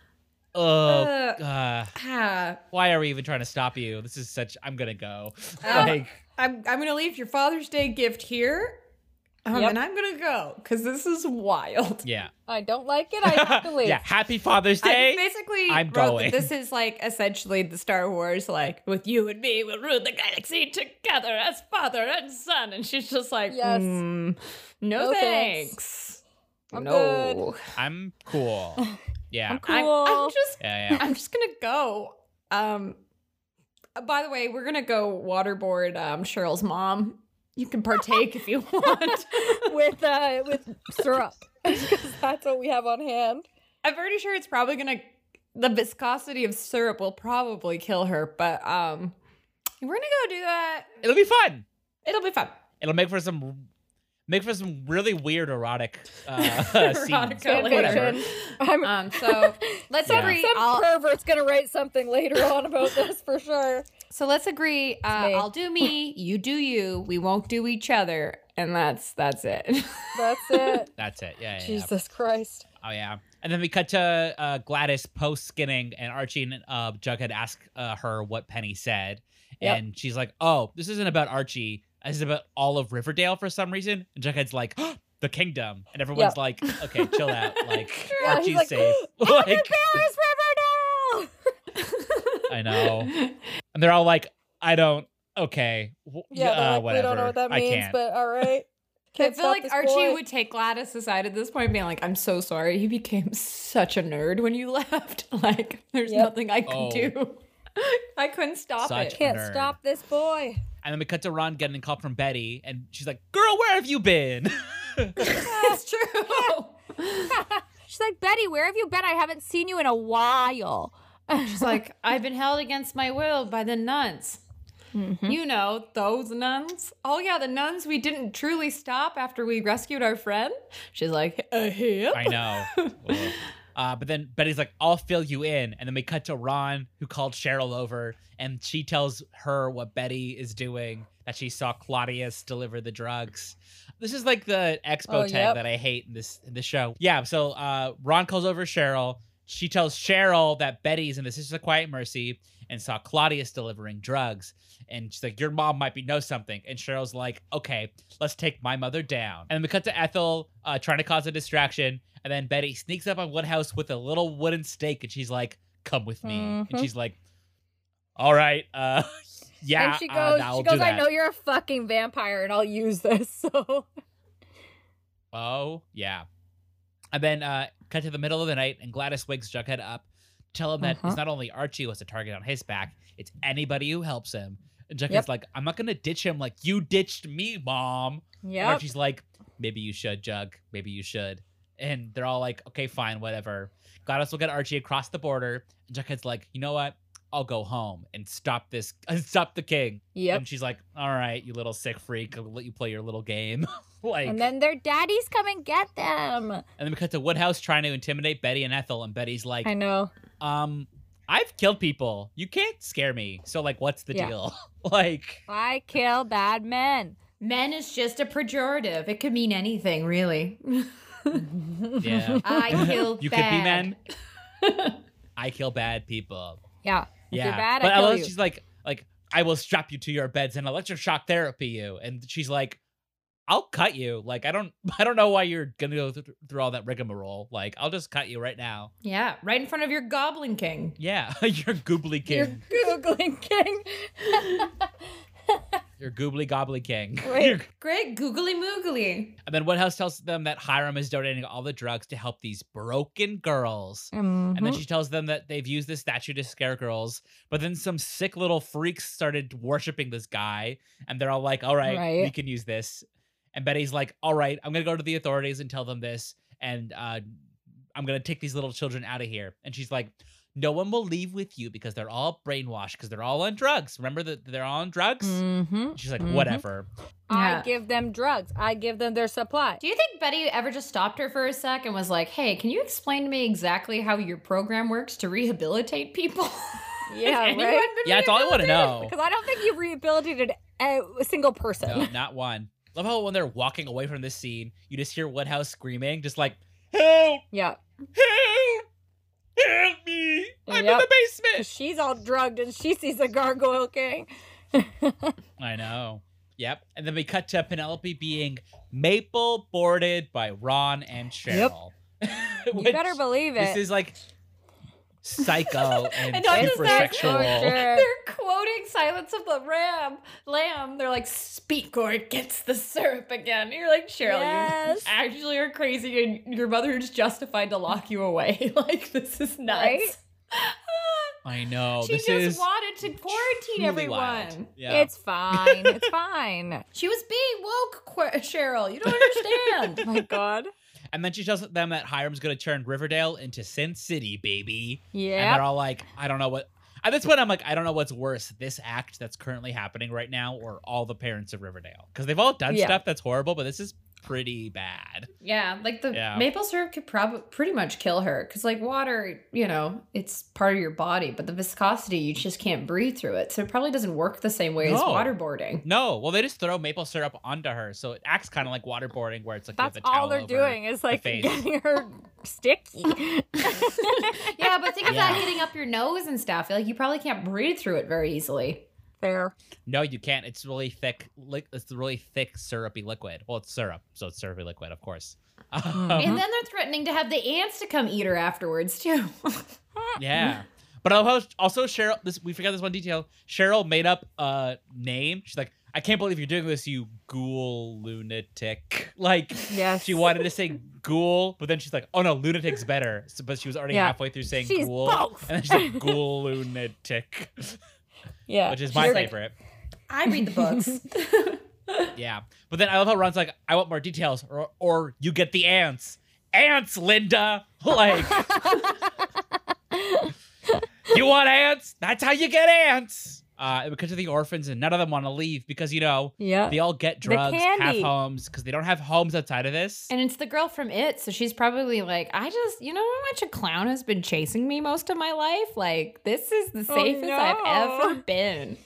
F: Oh,
E: Uh,
F: uh,
E: ah,
F: why are we even trying to stop you? This is such. I'm gonna go.
E: Uh,
F: like,
E: I'm, I'm going to leave your Father's Day gift here. Um,
C: Yep.
E: And I'm going to go because this is wild.
F: yeah,
C: I don't like it. I have to leave.
F: yeah. Happy Father's
E: I
F: Day.
E: basically
F: I'm
E: wrote that
F: going.
E: this is like essentially the Star Wars, like with you and me, we'll rule the galaxy together as father and son. And she's just like,
C: Yes.
E: "Mm,
C: No
E: no,
C: thanks.
E: thanks.
C: I'm
E: no,
F: I'm cool. Yeah.
C: I'm
E: I'm,
C: cool.
E: I'm just,
F: yeah, yeah.
E: I'm just gonna go. Um, uh, by the way, we're gonna go waterboard um Cheryl's mom. You can partake if you want.
C: with uh with syrup. 'Cause that's what we have on hand.
E: I'm pretty sure it's probably gonna. The viscosity of syrup will probably kill her, but um, we're gonna go do that.
F: It'll be fun.
E: It'll be fun.
F: It'll make for some make for some really weird erotic uh scenes.
E: Erotica
F: Like, whatever.
C: Fanfiction. I'm
E: Um, so let's
F: Yeah.
E: agree.
C: some
E: I'll,
C: pervert's gonna write something later on about this for sure.
E: so let's agree. Uh,
C: me.
E: I'll do me. You do you. We won't do each other, and that's that's it.
C: That's it.
F: That's it. Yeah, yeah, yeah.
C: Jesus Christ.
F: Oh yeah. And then we cut to uh, Gladys post skinning, and Archie and uh, Jughead ask uh, her what Penny said,
C: Yep.
F: and she's like, "Oh, this isn't about Archie. This is about all of Riverdale for some reason." And Jughead's like, "The kingdom," and everyone's
C: Yep.
F: like, "Okay, chill out. Like
C: Yeah,
F: Archie's
C: he's like,
F: safe."
C: Like,
F: like,
C: Paris Riverdale.
F: I know. And they're all like, "I don't. Okay, w-
C: Yeah, they're
F: uh,
C: like, we
F: whatever.
C: don't know what that
F: I
C: means,
F: can't.
C: but all right.
E: I
C: Can't
E: feel
C: stop
E: like
C: this
E: Archie
C: boy.
E: would take Gladys aside at this point, being like, "I'm so sorry. He became such a nerd when you left. Like, there's
C: Yep.
E: nothing I could
F: Oh.
E: do. I couldn't stop
F: Such-
E: it."
C: Can't
F: nerd.
C: stop this boy.
F: And then we cut to Ron getting a call from Betty, and she's like, "Girl, where have you been?"
E: it's true.
C: She's like, Betty, where have you been? I haven't seen you in a while.
E: She's like,
H: I've been held against my will by the nuns.
C: Mm-hmm.
F: Mm-hmm.
E: You know, those nuns. Oh, yeah, the nuns we didn't truly stop after we rescued our friend. She's like, uh, hip.
F: I know. Ugh. Uh, but then Betty's like, I'll fill you in. And then we cut to Ron, who called Cheryl over, and she tells her what Betty is doing, that she saw Claudius deliver the drugs. This is like the expo
C: Oh,
F: tag
C: yep.
F: that I hate in this in this show. Yeah, so uh, Ron calls over Cheryl. She tells Cheryl that Betty's in the Sisters of Quiet Mercy and saw Claudius delivering drugs. And she's like, Your mom might be know something. And Cheryl's like, Okay, let's take my mother down. And then we cut to Ethel uh, trying to cause a distraction. And then Betty sneaks up on Woodhouse with a little wooden stake and she's like, Come with me. And
C: Mhm.
F: she's like, All right, uh, yeah.
C: and she
F: uh,
C: goes,
F: I'll
C: she
F: do
C: goes, I
F: that."
C: know you're a fucking vampire, and I'll use this. So
F: Oh, yeah. And then uh, cut to the middle of the night, and Gladys wakes Jughead up to tell him that
C: Uh-huh.
F: it's not only Archie who has a target on his back, it's anybody who helps him. And Jughead's
C: Yep.
F: like, I'm not going to ditch him like you ditched me, mom. And
C: yep,
F: Archie's like, maybe you should, Jug. Maybe you should. And they're all like, okay, fine, whatever. Gladys will get Archie across the border. And Jughead's like, you know what? I'll go home and stop this, stop the king.
C: yep.
F: And she's like, all right, you little sick freak. I'll let you play your little game. like,
C: And then their daddies come and get them.
F: and then we cut to Woodhouse trying to intimidate Betty and Ethel, and Betty's like,
C: I know.
F: um, I've killed people. You can't scare me. So like what's the
C: Yeah.
F: deal? like
C: I kill bad men.
E: Men is just a pejorative. It could mean anything, really.
F: Yeah.
E: I killed
F: you could be men. I kill bad people.
C: Yeah. If
F: Yeah.
C: you're bad,
F: but
C: I kill
F: love-
C: you.
F: she's like, like, I will strap you to your beds and electroshock therapy you. And she's like, I'll cut you. Like, I don't I don't know why you're gonna go th- through all that rigmarole. Like, I'll just cut you right now.
E: Yeah, right in front of your Goblin King.
F: Yeah. you're goobly king.
C: You're googling king.
F: You're, goobly gobbly king.
C: Wait.
F: You're-
E: Great googly moogly.
F: And then Woodhouse tells them that Hiram is donating all the drugs to help these broken girls. And
C: Mm-hmm.
F: then she tells them that they've used this statue to scare girls. But then some sick little freaks started worshiping this guy. And they're all like, all right,
C: Right.
F: we can use this. And Betty's like, all right, I'm going to go to the authorities and tell them this. And uh, I'm going to take these little children out of here. And she's like, no one will leave with you because they're all brainwashed, because they're all on drugs. Remember that they're all on drugs?
C: Mm-hmm.
F: She's like,
C: Mhm.
F: whatever.
C: I
E: Yeah.
C: give them drugs. I give them their supply.
E: Do you think Betty ever just stopped her for a sec and was like, hey, can you explain to me exactly how your program works to rehabilitate people?
C: Yeah,
E: Has anyone
C: right?
E: been
F: Yeah, that's all I want to know.
C: Because I don't think you rehabilitated a single person.
F: No, not one. Love how when they're walking away from this scene, you just hear Woodhouse screaming, just like, help,
C: Yeah.
F: help, help me. I'm in
C: Yep.
F: the basement.
C: She's all drugged and she sees a gargoyle king.
F: I know. Yep. And then we cut to Penelope being maple boarded by Ron and Cheryl.
C: You better believe it.
F: This is like psycho and,
E: And not just
F: super
E: that,
F: sexual.
C: Torture.
E: They're quoting Silence of the Ram, Lamb. They're like, "Speak or it gets the syrup again." You're like, Cheryl,
C: Yes.
E: you
F: Ah,
E: actually are crazy, and your mother is justified to lock you away. like, this is nuts. Ah,
C: Right?
F: I know.
E: she
F: Oh, this
E: just
F: is
E: wanted to quarantine
F: truly
E: everyone.
F: wild. Yeah.
C: It's fine. It's fine.
E: She was being woke, Qu- Cheryl. You don't understand.
C: Oh My God.
F: and then she tells them that Hiram's going to turn Riverdale into Sin City, baby. And they're
C: Yeah.
F: all like, I don't know what. At this point, I'm like, I don't know what's worse, this act that's currently happening right now, or all the parents of Riverdale, because they've all done
C: Yeah.
F: stuff that's horrible, but this is pretty bad.
E: yeah, like the
F: Yeah.
E: maple syrup could probably pretty much kill her because, like, water, you know, it's part of your body, but the viscosity, you just can't breathe through it, so it probably doesn't work the same way as
F: No.
E: waterboarding.
F: No, well, they just throw maple syrup onto her, so it acts kind of like waterboarding, where it's like you have
C: That's
F: a
C: all
F: towel
C: they're
F: over
C: doing is like
F: face.
C: getting her sticky.
E: Yeah, but think of
F: Yeah.
E: that hitting up your nose and stuff. Like you probably can't breathe through it very easily.
C: Fair.
F: No, you can't. It's really thick. Li- it's really thick syrupy liquid. Well, it's syrup, so it's syrupy liquid, of course. Um,
E: And then they're threatening to have the ants to come eat her afterwards too.
F: Yeah. But I'll host- also Cheryl this we forgot this one detail. Cheryl made up a name. She's like, I can't believe you're doing this, you ghoul lunatic. Like
C: Yes.
F: she wanted to say ghoul, but then she's like, oh no, lunatic's better. So, but she was already
C: Yeah.
F: halfway through saying
C: She's
F: ghoul.
C: both.
F: And then she's like, ghoul lunatic.
C: Yeah.
F: Which is my
E: She's like-
F: favorite.
E: I read the books.
F: yeah. But then I love how Ron's like, I want more details, or or you get the ants. Ants, Linda. Like You want ants? That's how you get ants. Uh, and because of the orphans, and none of them want to leave because you know
C: Yeah.
F: they all get drugs, have
C: candy.
F: homes because they don't have homes outside of this.
E: And it's the girl from It, so she's probably like, I just, you know how much a clown has been chasing me most of my life? Like, this is the
C: Oh,
E: safest I've
C: no.
E: ever been.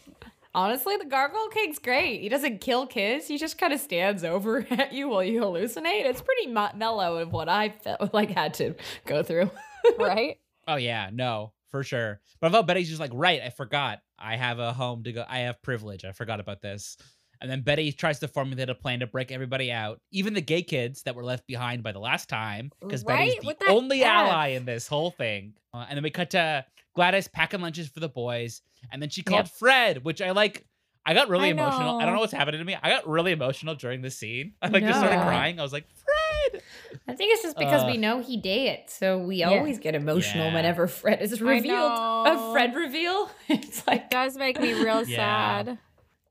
E: Honestly, the Gargoyle King's great. He doesn't kill kids. He just kind of stands over at you while you hallucinate. It's pretty mo- mellow of what I felt like had to go through.
C: right?
F: Oh yeah, no, for sure. But I thought Betty's just like, right, I forgot. I have a home to go. I have privilege. I forgot about this. And then Betty tries to formulate a plan to break everybody out, even the gay kids that were left behind by the last time, because
C: Right,
F: Betty's
C: with
F: the
C: that
F: only
C: F.
F: ally in this whole thing. Uh, and then we cut to Gladys packing lunches for the boys, and then she called Fred, which I like. I got really
C: I
F: emotional. I don't
C: know.
F: know what's happening to me. I got really emotional during the scene. I like just started
E: No.
F: crying. I was like, Fred.
E: I think it's just because
F: Uh,
E: we know he did it, so we
C: Yeah.
E: always get emotional
F: Yeah.
E: whenever Fred is revealed. A
C: know.
E: Fred reveal. It's like
C: It does make me real
F: Yeah.
C: sad.
E: I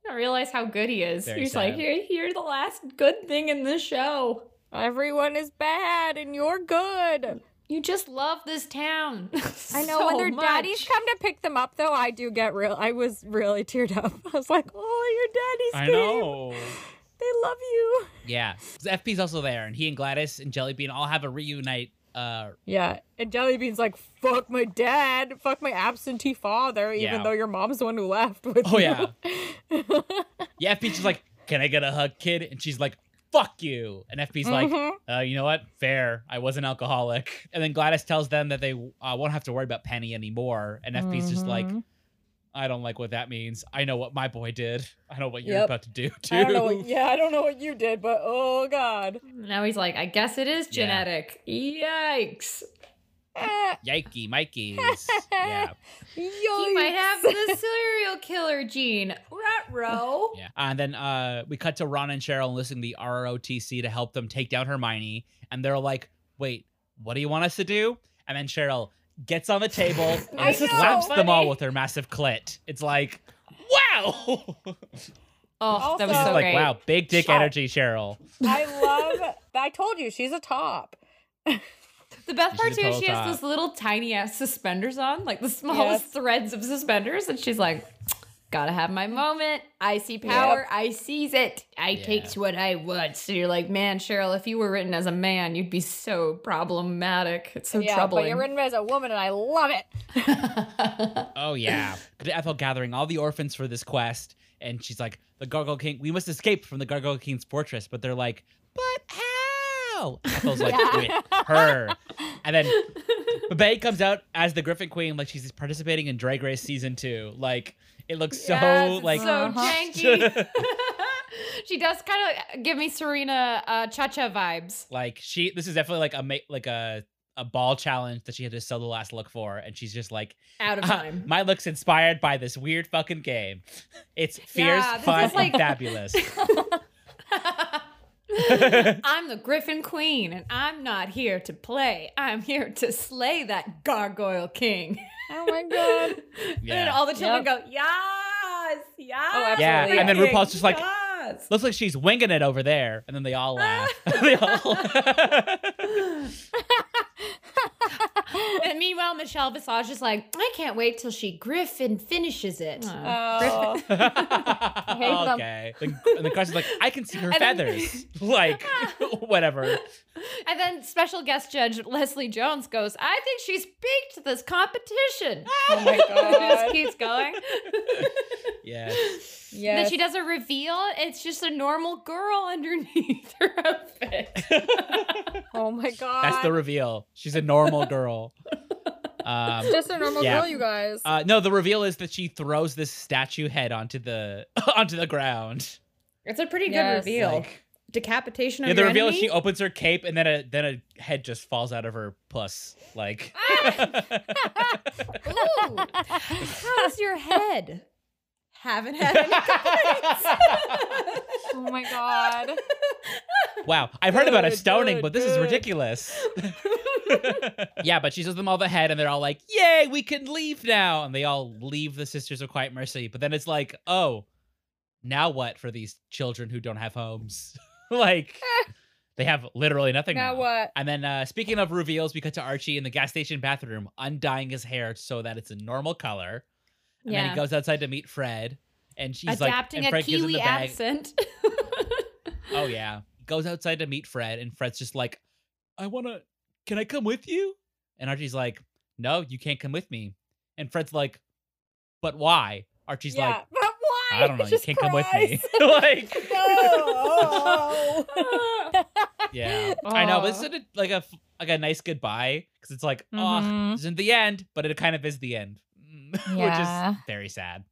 E: don't realize how good he is.
F: Very
E: He's like,
F: sad.
E: here, you're the last good thing in this show.
C: Everyone is bad and you're good.
E: You just love this town.
C: I know when their daddies come to pick them up though, I do get real I was really teared up. I was like, "Oh, your
F: I
C: daddies came.
F: know.
C: They love you."
F: Yeah. So FP's also there, and he and Gladys and Jellybean all have a reunite. Uh,
C: Yeah, and Jellybean's like, "Fuck my dad, fuck my absentee father, even
F: Yeah.
C: though your mom's the one who left with
F: oh,
C: you."
F: yeah. yeah, FP's just like, Can I get a hug, kid? And she's like, Fuck you. And FP's like,
C: Mhm.
F: uh, You know what? Fair. I was an alcoholic. And then Gladys tells them that they uh, won't have to worry about Penny anymore. And FP's just like,
C: Mhm.
F: I don't like what that means. I know what my boy did. I know what you're
C: Yep.
F: about to do, too.
C: I don't know. What, yeah, I don't know what you did, but oh god.
E: Now he's like, I guess it is
F: Yeah.
E: genetic. Yikes.
C: Eh,
F: Yikey, Mikeys. yeah.
E: He might have
C: Oh, yikes.
E: the serial killer gene. Rut row.
F: Yeah. And then uh, we cut to Ron and Cheryl enlisting the ROTC to help them take down Hermione. And they're like, wait, what do you want us to do? And then Cheryl gets on the table
C: I
F: and slaps
C: know.
F: them all with her massive clit. It's like, wow.
E: Oh, that was
C: Also-
E: so
F: like,
E: great.
F: wow, big dick
C: Cheryl.
F: energy, Cheryl.
C: I love. I told you she's a top.
E: The best
F: She's
E: part
F: a
E: too is
F: total
E: she has
F: top.
E: those little tiny ass suspenders on, like the smallest threads of suspenders, and she's like, "Gotta have my moment. I see power. I seize it. I takes what I want." So you're like, "Man, Cheryl, if you were written as a man, you'd be so problematic. It's so
C: yeah,
E: troubling."
C: but you're written as a woman, and I love it.
F: Oh yeah. Good Ethel gathering all the orphans for this quest, and she's like, "The Gargoyle King, we must escape from the Gargoyle King's fortress." But they're like, "But how?" Ethel's like, "With her," and then Bay comes out as the Griffin Queen, like she's participating in Drag Race season two. Like it looks
E: Yes,
F: so
E: it's
F: like
E: so
C: Uh-huh.
E: janky. she does kind of give me Serena uh, Cha Cha vibes.
F: like she. This is definitely like a ma- like a a ball challenge that she had to sell the last look for, and she's just like,
E: Out of
F: "Ah,
E: time.
F: "My look's inspired by this weird fucking game. It's fierce,
E: Yeah, this
F: fun,
E: is like-
F: and fabulous."
E: I'm the Griffin Queen, and I'm not here to play. I'm here to slay that gargoyle king.
C: Oh my god.
E: And
F: Yeah.
E: all the children go, yes, yes.
C: absolutely.
F: yeah.
C: Absolutely.
F: And then
E: King,
F: RuPaul's just like,
E: yes."
F: looks like she's winging it over there. And then they all laugh. they all
E: And meanwhile, Michelle Visage is like, I can't wait till she Griffin finishes it. Uh,
C: Oh. hate them.
F: okay. Then- and the Carson's like, I can see her feathers. like, whatever.
E: And then special guest judge Leslie Jones goes, I think she's peaked this competition.
C: Oh my
E: Just
C: god.
E: keeps going.
F: Yeah.
E: And Then
C: Yes.
E: she does a reveal. It's just a normal girl underneath her outfit.
C: Oh my god.
F: That's
E: Uh,
F: the reveal. She's a normal girl. Um,
C: Just a normal
F: Yeah.
C: girl, you guys.
F: uh, no, the reveal is that she throws this statue head onto the onto the ground.
E: It's a pretty
C: good Yes. reveal.
F: Like,
E: Decapitation of
F: yeah, the
E: your
F: reveal is
E: enemy?
F: she opens her cape and then a then a head just falls out of her puss. Like
E: Ooh, how's your head? Haven't had any
C: oh my god.
F: Wow, I've heard about a
C: Good,
F: stoning,
C: good,
F: but this is
C: good.
F: ridiculous. yeah, but she shows them all the head, and they're all like, "Yay, we can leave now!" And they all leave the Sisters of Quiet Mercy. But then it's like, "Oh, now what for these children who don't have homes? like, they have literally nothing now."
C: Now what?
F: And then, uh, speaking of reveals, we cut to Archie in the gas station bathroom, undying his hair so that it's a normal color. And then
E: Yeah.
F: he goes outside to meet Fred, and she's
E: Adapting
F: like, and Fred
E: a
F: gives him
E: Kiwi
F: the bag.
E: accent.
F: Oh yeah, goes outside to meet Fred, and Fred's just like, "I wanna, can I come with you?" And Archie's like, "No, you can't come with me." And Fred's like, "But why?" Archie's
C: yeah,
F: like,
C: but why?
F: "I don't know, you
C: Just
F: can't come with me."
C: cries.
F: like,
C: no.
F: yeah, I know, but it's sort of like a f- like a nice goodbye because it's like, oh,
C: Mhm.
F: this isn't the end, but it kind of is the end, which
C: Yeah.
F: is very sad.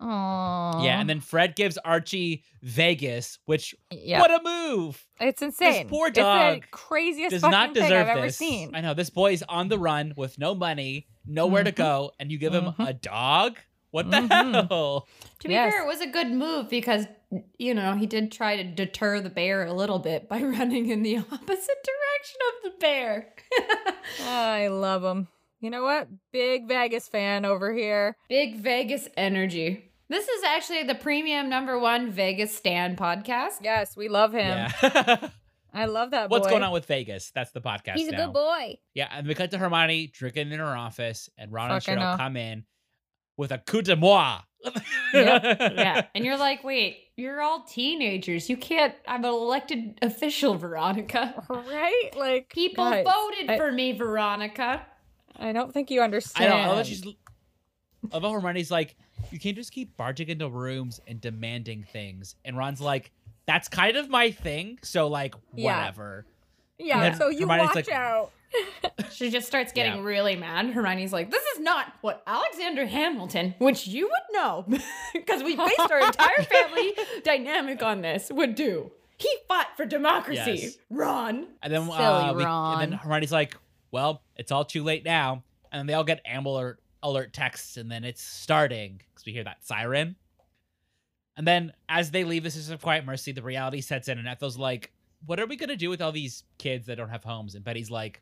C: Aww.
F: Yeah, and then Fred gives Archie Vegas, which
C: yeah,
F: what a move.
C: it's insane.
F: poor
C: It's
F: dog
C: the craziest
F: does
C: fucking
F: not deserve
C: thing I've
F: this.
C: ever seen.
F: I know this boy's on the run with no money, nowhere to
C: Mhm.
F: go, and you give him
C: Mhm.
F: a dog. What the
C: Mhm.
F: hell?
E: To be
C: Yes.
E: fair, it was a good move because you know he did try to deter the bear a little bit by running in the opposite direction of the bear.
C: Ah, I love him. You know what? Big Vegas fan over here.
E: Big Vegas energy. This is actually the premium number one Vegas Stan podcast.
C: Yes, we love him.
F: Yeah.
C: I love that.
F: What's
C: boy.
F: going on with Vegas? That's the podcast.
C: He's a
F: now.
C: good boy.
F: Yeah, and we cut to Hermione drinking in her office, and Ron
C: Fucking
F: and Cheryl
C: hell.
F: come in with a coup de moi.
E: yeah, and you're like, wait, you're all teenagers. You can't. I'm an elected official, Veronica.
C: Right? Like
E: People
C: guys,
E: voted
C: I-
E: for me, Veronica.
C: I don't think you
F: I
C: understand.
F: don't know. I love that she's. I love how Hermione's like, you can't just keep barging into rooms and demanding things. And Ron's like, that's kind of my thing. So, like,
C: Yeah.
F: whatever.
C: yeah,
F: Yeah.
C: so you
F: Hermione's
C: watch
F: like-
C: out.
E: She just starts getting
F: Yeah.
E: really mad. Hermione's like, "This is not what Alexander Hamilton, which you would know, because we based our entire family dynamic on this, would do. He fought for democracy,
F: Yes.
E: Ron.
F: And then,
C: Silly
F: uh, we,
C: Ron.
F: and then Hermione's like, "Well, it's all too late now." And they all get Amber alert, alert texts, and then it's starting because we hear that siren. And then, as they leave the Sisters of Quiet Mercy, the reality sets in, and Ethel's like, "What are we gonna do with all these kids that don't have homes?" And Betty's like,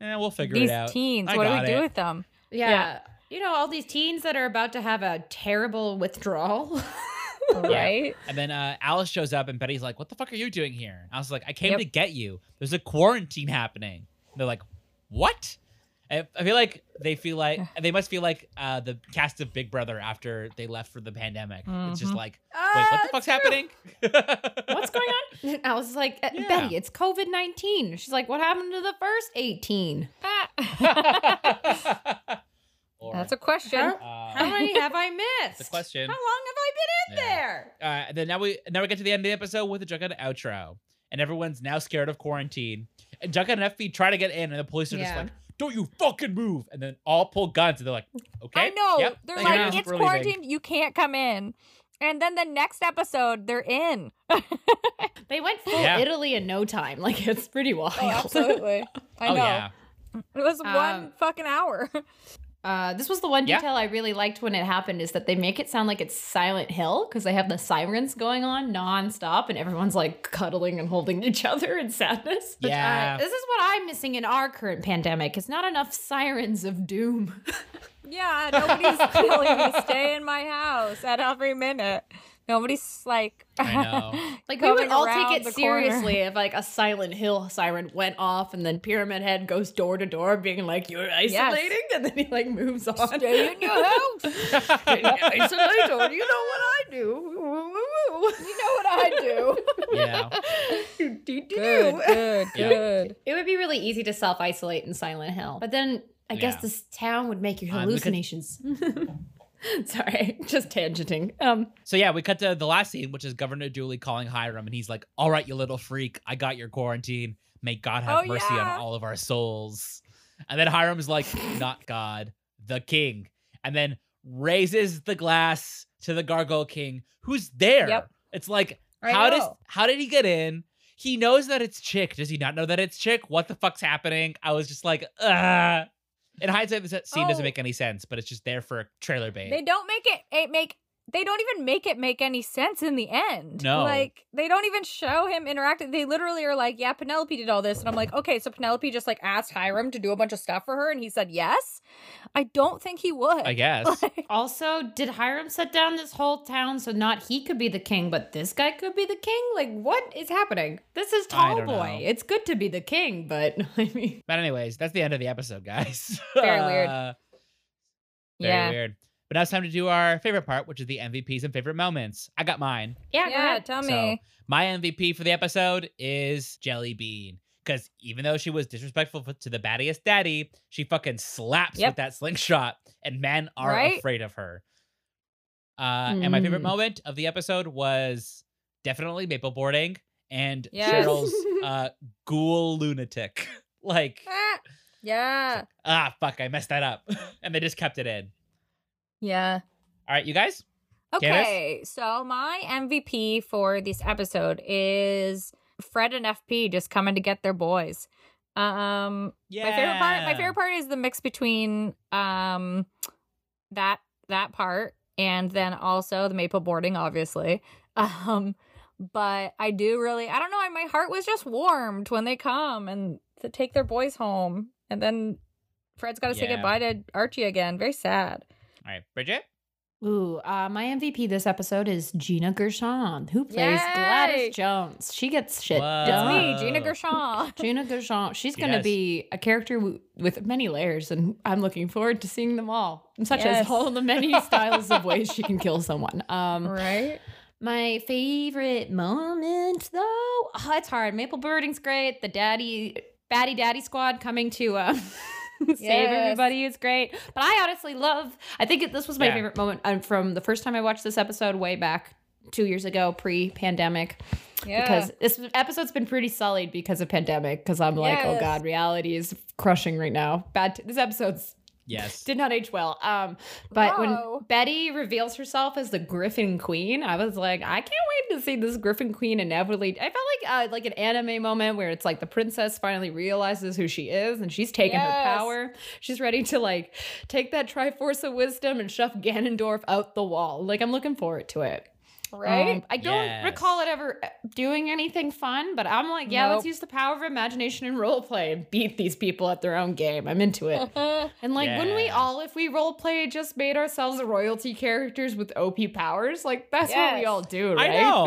F: "Eh, we'll figure
C: These
F: it out."
C: teens,
F: I
C: what do
F: got
C: we
F: it.
C: do with them?
E: Yeah.
C: Yeah.
E: you know all these teens that are about to have a terrible withdrawal.
C: Right?
F: And then uh, Alice shows up, and Betty's like, "What the fuck are you doing here?" And I was like, "I came
C: Yep.
F: to get you. There's a quarantine happening." And they're like, "What?" I, I feel like they feel like they must feel like uh, the cast of Big Brother after they left for the pandemic. It's just
C: Mhm.
F: like,
E: Uh,
F: wait, what the fuck's happening?
E: What's going on? I was like, "Uh,
F: Yeah.
E: Betty, it's COVID nineteen. She's like, "What happened to the first 18?
F: or,
C: That's a question.
E: How
F: uh,
E: many have I missed?
F: the question.
E: How long have I been in
F: Yeah.
E: there?"
F: Uh, and then now we now we get to the end of the episode with the Jughead outro, and everyone's now scared of quarantine. And Jughead and FB try to get in, and the police are just
E: Yeah.
F: like, "Don't you fucking move!" And then all pull guns, and they're like, "Okay."
C: I know.
F: yep,
C: They're
F: thank you.
C: like,
F: We're
C: it's
F: leaving."
C: quarantined. You can't come in. And then the next episode, they're in.
E: They went full
F: Yeah.
E: Italy in no time. Like it's pretty wild.
C: I
F: Oh
C: know.
F: yeah,
C: It was
E: Um,
C: one fucking hour.
E: uh, this was the one
F: Yeah.
E: detail I really liked when it happened is that they make it sound like it's Silent Hill because they have the sirens going on nonstop and everyone's like cuddling and holding each other in sadness. Which I-
F: Yeah.
E: this is what I'm missing in our current pandemic. It's not enough sirens of doom.
C: yeah, nobody's telling me stay in my house at every minute. Nobody's like,
F: I know.
E: Like we would
C: Going
E: all
C: around
E: take it
C: the corner.
E: seriously if like a Silent Hill siren went off and then Pyramid Head goes door to door being like you're isolating and then he like moves on.
C: stay in your house.
E: isolate or you know what I do. You know what I do.
F: yeah,
C: Good, good,
F: Yeah.
C: good.
E: It would be really easy to self isolate in Silent Hill, but then I guess
F: Yeah.
E: this town would make you
F: Um, because-
E: hallucinations. Sorry, just tangenting. Um,
F: so yeah, we cut to the last scene, which is Governor Dooley calling Hiram, and he's like, "All right, you little freak, I got your quarantine. May God have
C: Oh,
F: mercy
C: yeah.
F: on all of our souls." And then Hiram's like, "Not God, the King," and then raises the glass to the Gargoyle King, who's there.
C: Yep.
F: It's like,
C: I
F: how does
C: know.
F: how did he get in? He knows that it's Chick. Does he not know that it's Chick? What the fuck's happening? I was just like, ah. In hindsight, this scene doesn't
C: Oh.
F: make any sense, but it's just there for trailer bait.
C: They don't make it, it make they don't even make it make any sense in the end.
F: No.
C: Like they don't even show him interacting. They literally are like, Yeah, Penelope did all this. And I'm like, okay, so Penelope just like asked Hiram to do a bunch of stuff for her and he said yes. I don't think he would.
F: I guess.
E: also, did Hiram set down this whole town so not he could be the king, but this guy could be the king? Like, what is happening? This is
F: I don't
E: Tallboy.
F: know.
E: It's good to be the king, but I mean,
F: But anyways, that's the end of the episode, guys.
C: Very weird.
F: Uh, very
C: yeah.
F: weird. But now it's time to do our favorite part, which is the MVPs and favorite moments. I got mine.
B: Yeah, go
C: Yeah,
B: ahead.
C: tell
F: So,
C: me.
F: my MVP for the episode is Jelly Bean. Because even though she was disrespectful f- to the battiest daddy, she fucking slaps
C: Yep.
F: with that slingshot, and men are
C: Right? Hmm.
F: afraid of her. Uh, And my favorite
D: Mm.
F: moment of the episode was definitely maple boarding and
C: Yes.
F: Cheryl's uh, ghoul lunatic. like,
C: Ah, yeah.
F: ah, fuck, I messed that up. and they just kept it in.
C: Yeah.
F: All right, you guys? Candace?
C: Okay, so my MVP for this episode is Fred and FP just coming to get their boys. Um,
F: Yeah.
C: my favorite part. My favorite part is the mix between um, that that part and then also the maple boarding, obviously. Um, but I do really, I don't know. My heart was just warmed when they come and to take their boys home, and then Fred's got to say
F: Yeah.
C: goodbye to Archie again. Very sad.
F: All right, Bridget?
E: Ooh, uh, my MVP this episode is Gina Gershon, who plays
C: Yay!
E: Gladys Jones. She gets shit
F: Whoa.
C: It's
E: done.
C: me, Gina
F: Oh.
C: Gershon.
E: Uh, Gina Gershon. She's going to
F: Yes.
E: be a character w- with many layers, and I'm looking forward to seeing them all, such
C: Yes.
E: as all the many styles of ways she can kill someone. Um,
C: right.
E: My favorite moment, though, oh, it's hard. Maple Birding's great. The daddy, batty daddy squad coming to um, save
C: Yes.
E: everybody is great. But I honestly love. I think it- this was my
F: Yeah.
E: favorite moment um, from the first time I watched this episode way back two years ago, pre-pandemic.
C: Yeah.
E: Because this episode's been pretty sullied because of pandemic. Because I'm like, oh
C: Yes.
E: god, reality is crushing right now. Bad. T- this episode's
F: Yes.
E: did not age well. Um, but
C: No.
E: when Betty reveals herself as the Griffin Queen, I was like, I can't wait to see this Griffin Queen inevitably. I felt like uh, like an anime moment where it's like the princess finally realizes who she is and she's taken her
C: Yes.
E: power. She's ready to like take that Triforce of Wisdom and shove Ganondorf out the wall. Like I'm looking forward to it.
C: right.
E: Um, I don't
F: Yes.
E: recall it ever uh, doing anything fun, but I'm like, yeah,
C: Nope.
E: let's use the power of imagination and role play and beat these people at their own game. I'm into it. And like, wouldn't we
F: Yeah.
E: all, if we role play, just made ourselves royalty characters with OP powers? Like that's what we
C: Yes.
E: all do,
F: I
E: right? know.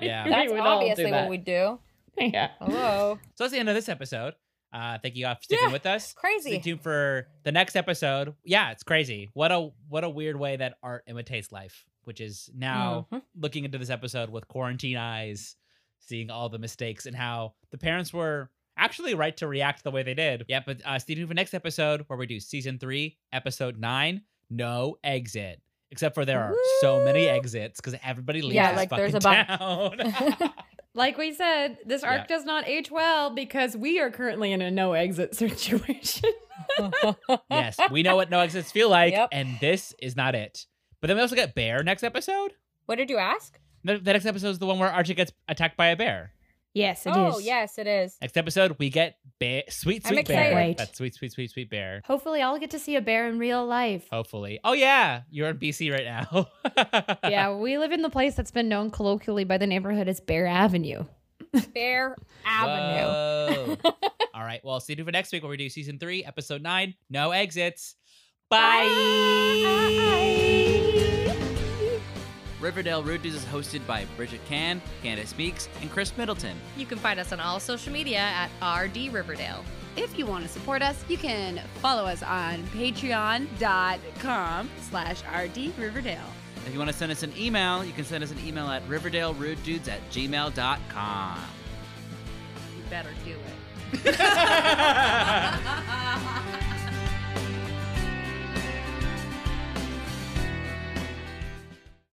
F: Yeah.
C: That's
E: would all do
C: obviously
E: that.
C: what we do.
E: yeah.
C: Hello.
F: So that's the end of this episode. Uh, thank you all for sticking with us. Stay
C: Crazy.
F: tuned for the next episode. Yeah, it's crazy. What a what a weird way that art imitates life, which is
C: Hmm.
F: now looking into this episode with quarantine eyes, seeing all the mistakes and how the parents were actually right to react the way they did. Yeah, but uh, stay tuned for next episode where we do season three, episode nine, no exit. Except for there are so many exits because everybody leaves.
C: Yeah,
F: this
C: like, there's
F: fucking
C: a Mm-hmm.
F: town.
E: Like we said, this arc
F: Yeah.
E: does not age well because we are currently in a no exit situation.
F: yes, we know what no exits feel like,
C: Yep.
F: and this is not it. But then we also get bear next episode.
C: What did you ask?
F: The, the next episode is the one where Archie gets attacked by a bear.
E: yes, it is.
C: oh, yes, it is.
F: Next episode, we get bear, sweet,
C: I'm
F: sweet bear.
C: excited.
E: Wait.
F: That sweet, sweet, sweet, sweet bear.
E: Hopefully, I'll get to see a bear in real life.
F: Hopefully. Oh yeah, you're in BC right now.
E: yeah, we live in the place that's been known colloquially by the neighborhood as Bear Avenue.
C: Bear Avenue.
F: Whoa. All right. Well, see you for next week where we do season three, episode nine, no exits. Bye. Riverdale Rude Dudes is hosted by Bridget Can, Candace Speaks, and Chris Middleton.
G: You can find us on all social media at RD Riverdale. If you want to support us, you can follow us on patreon.com slash RD Riverdale.
F: If you want to send us an email, you can send us an email at riverdalerudedudes at gmail.com.
G: You better do it.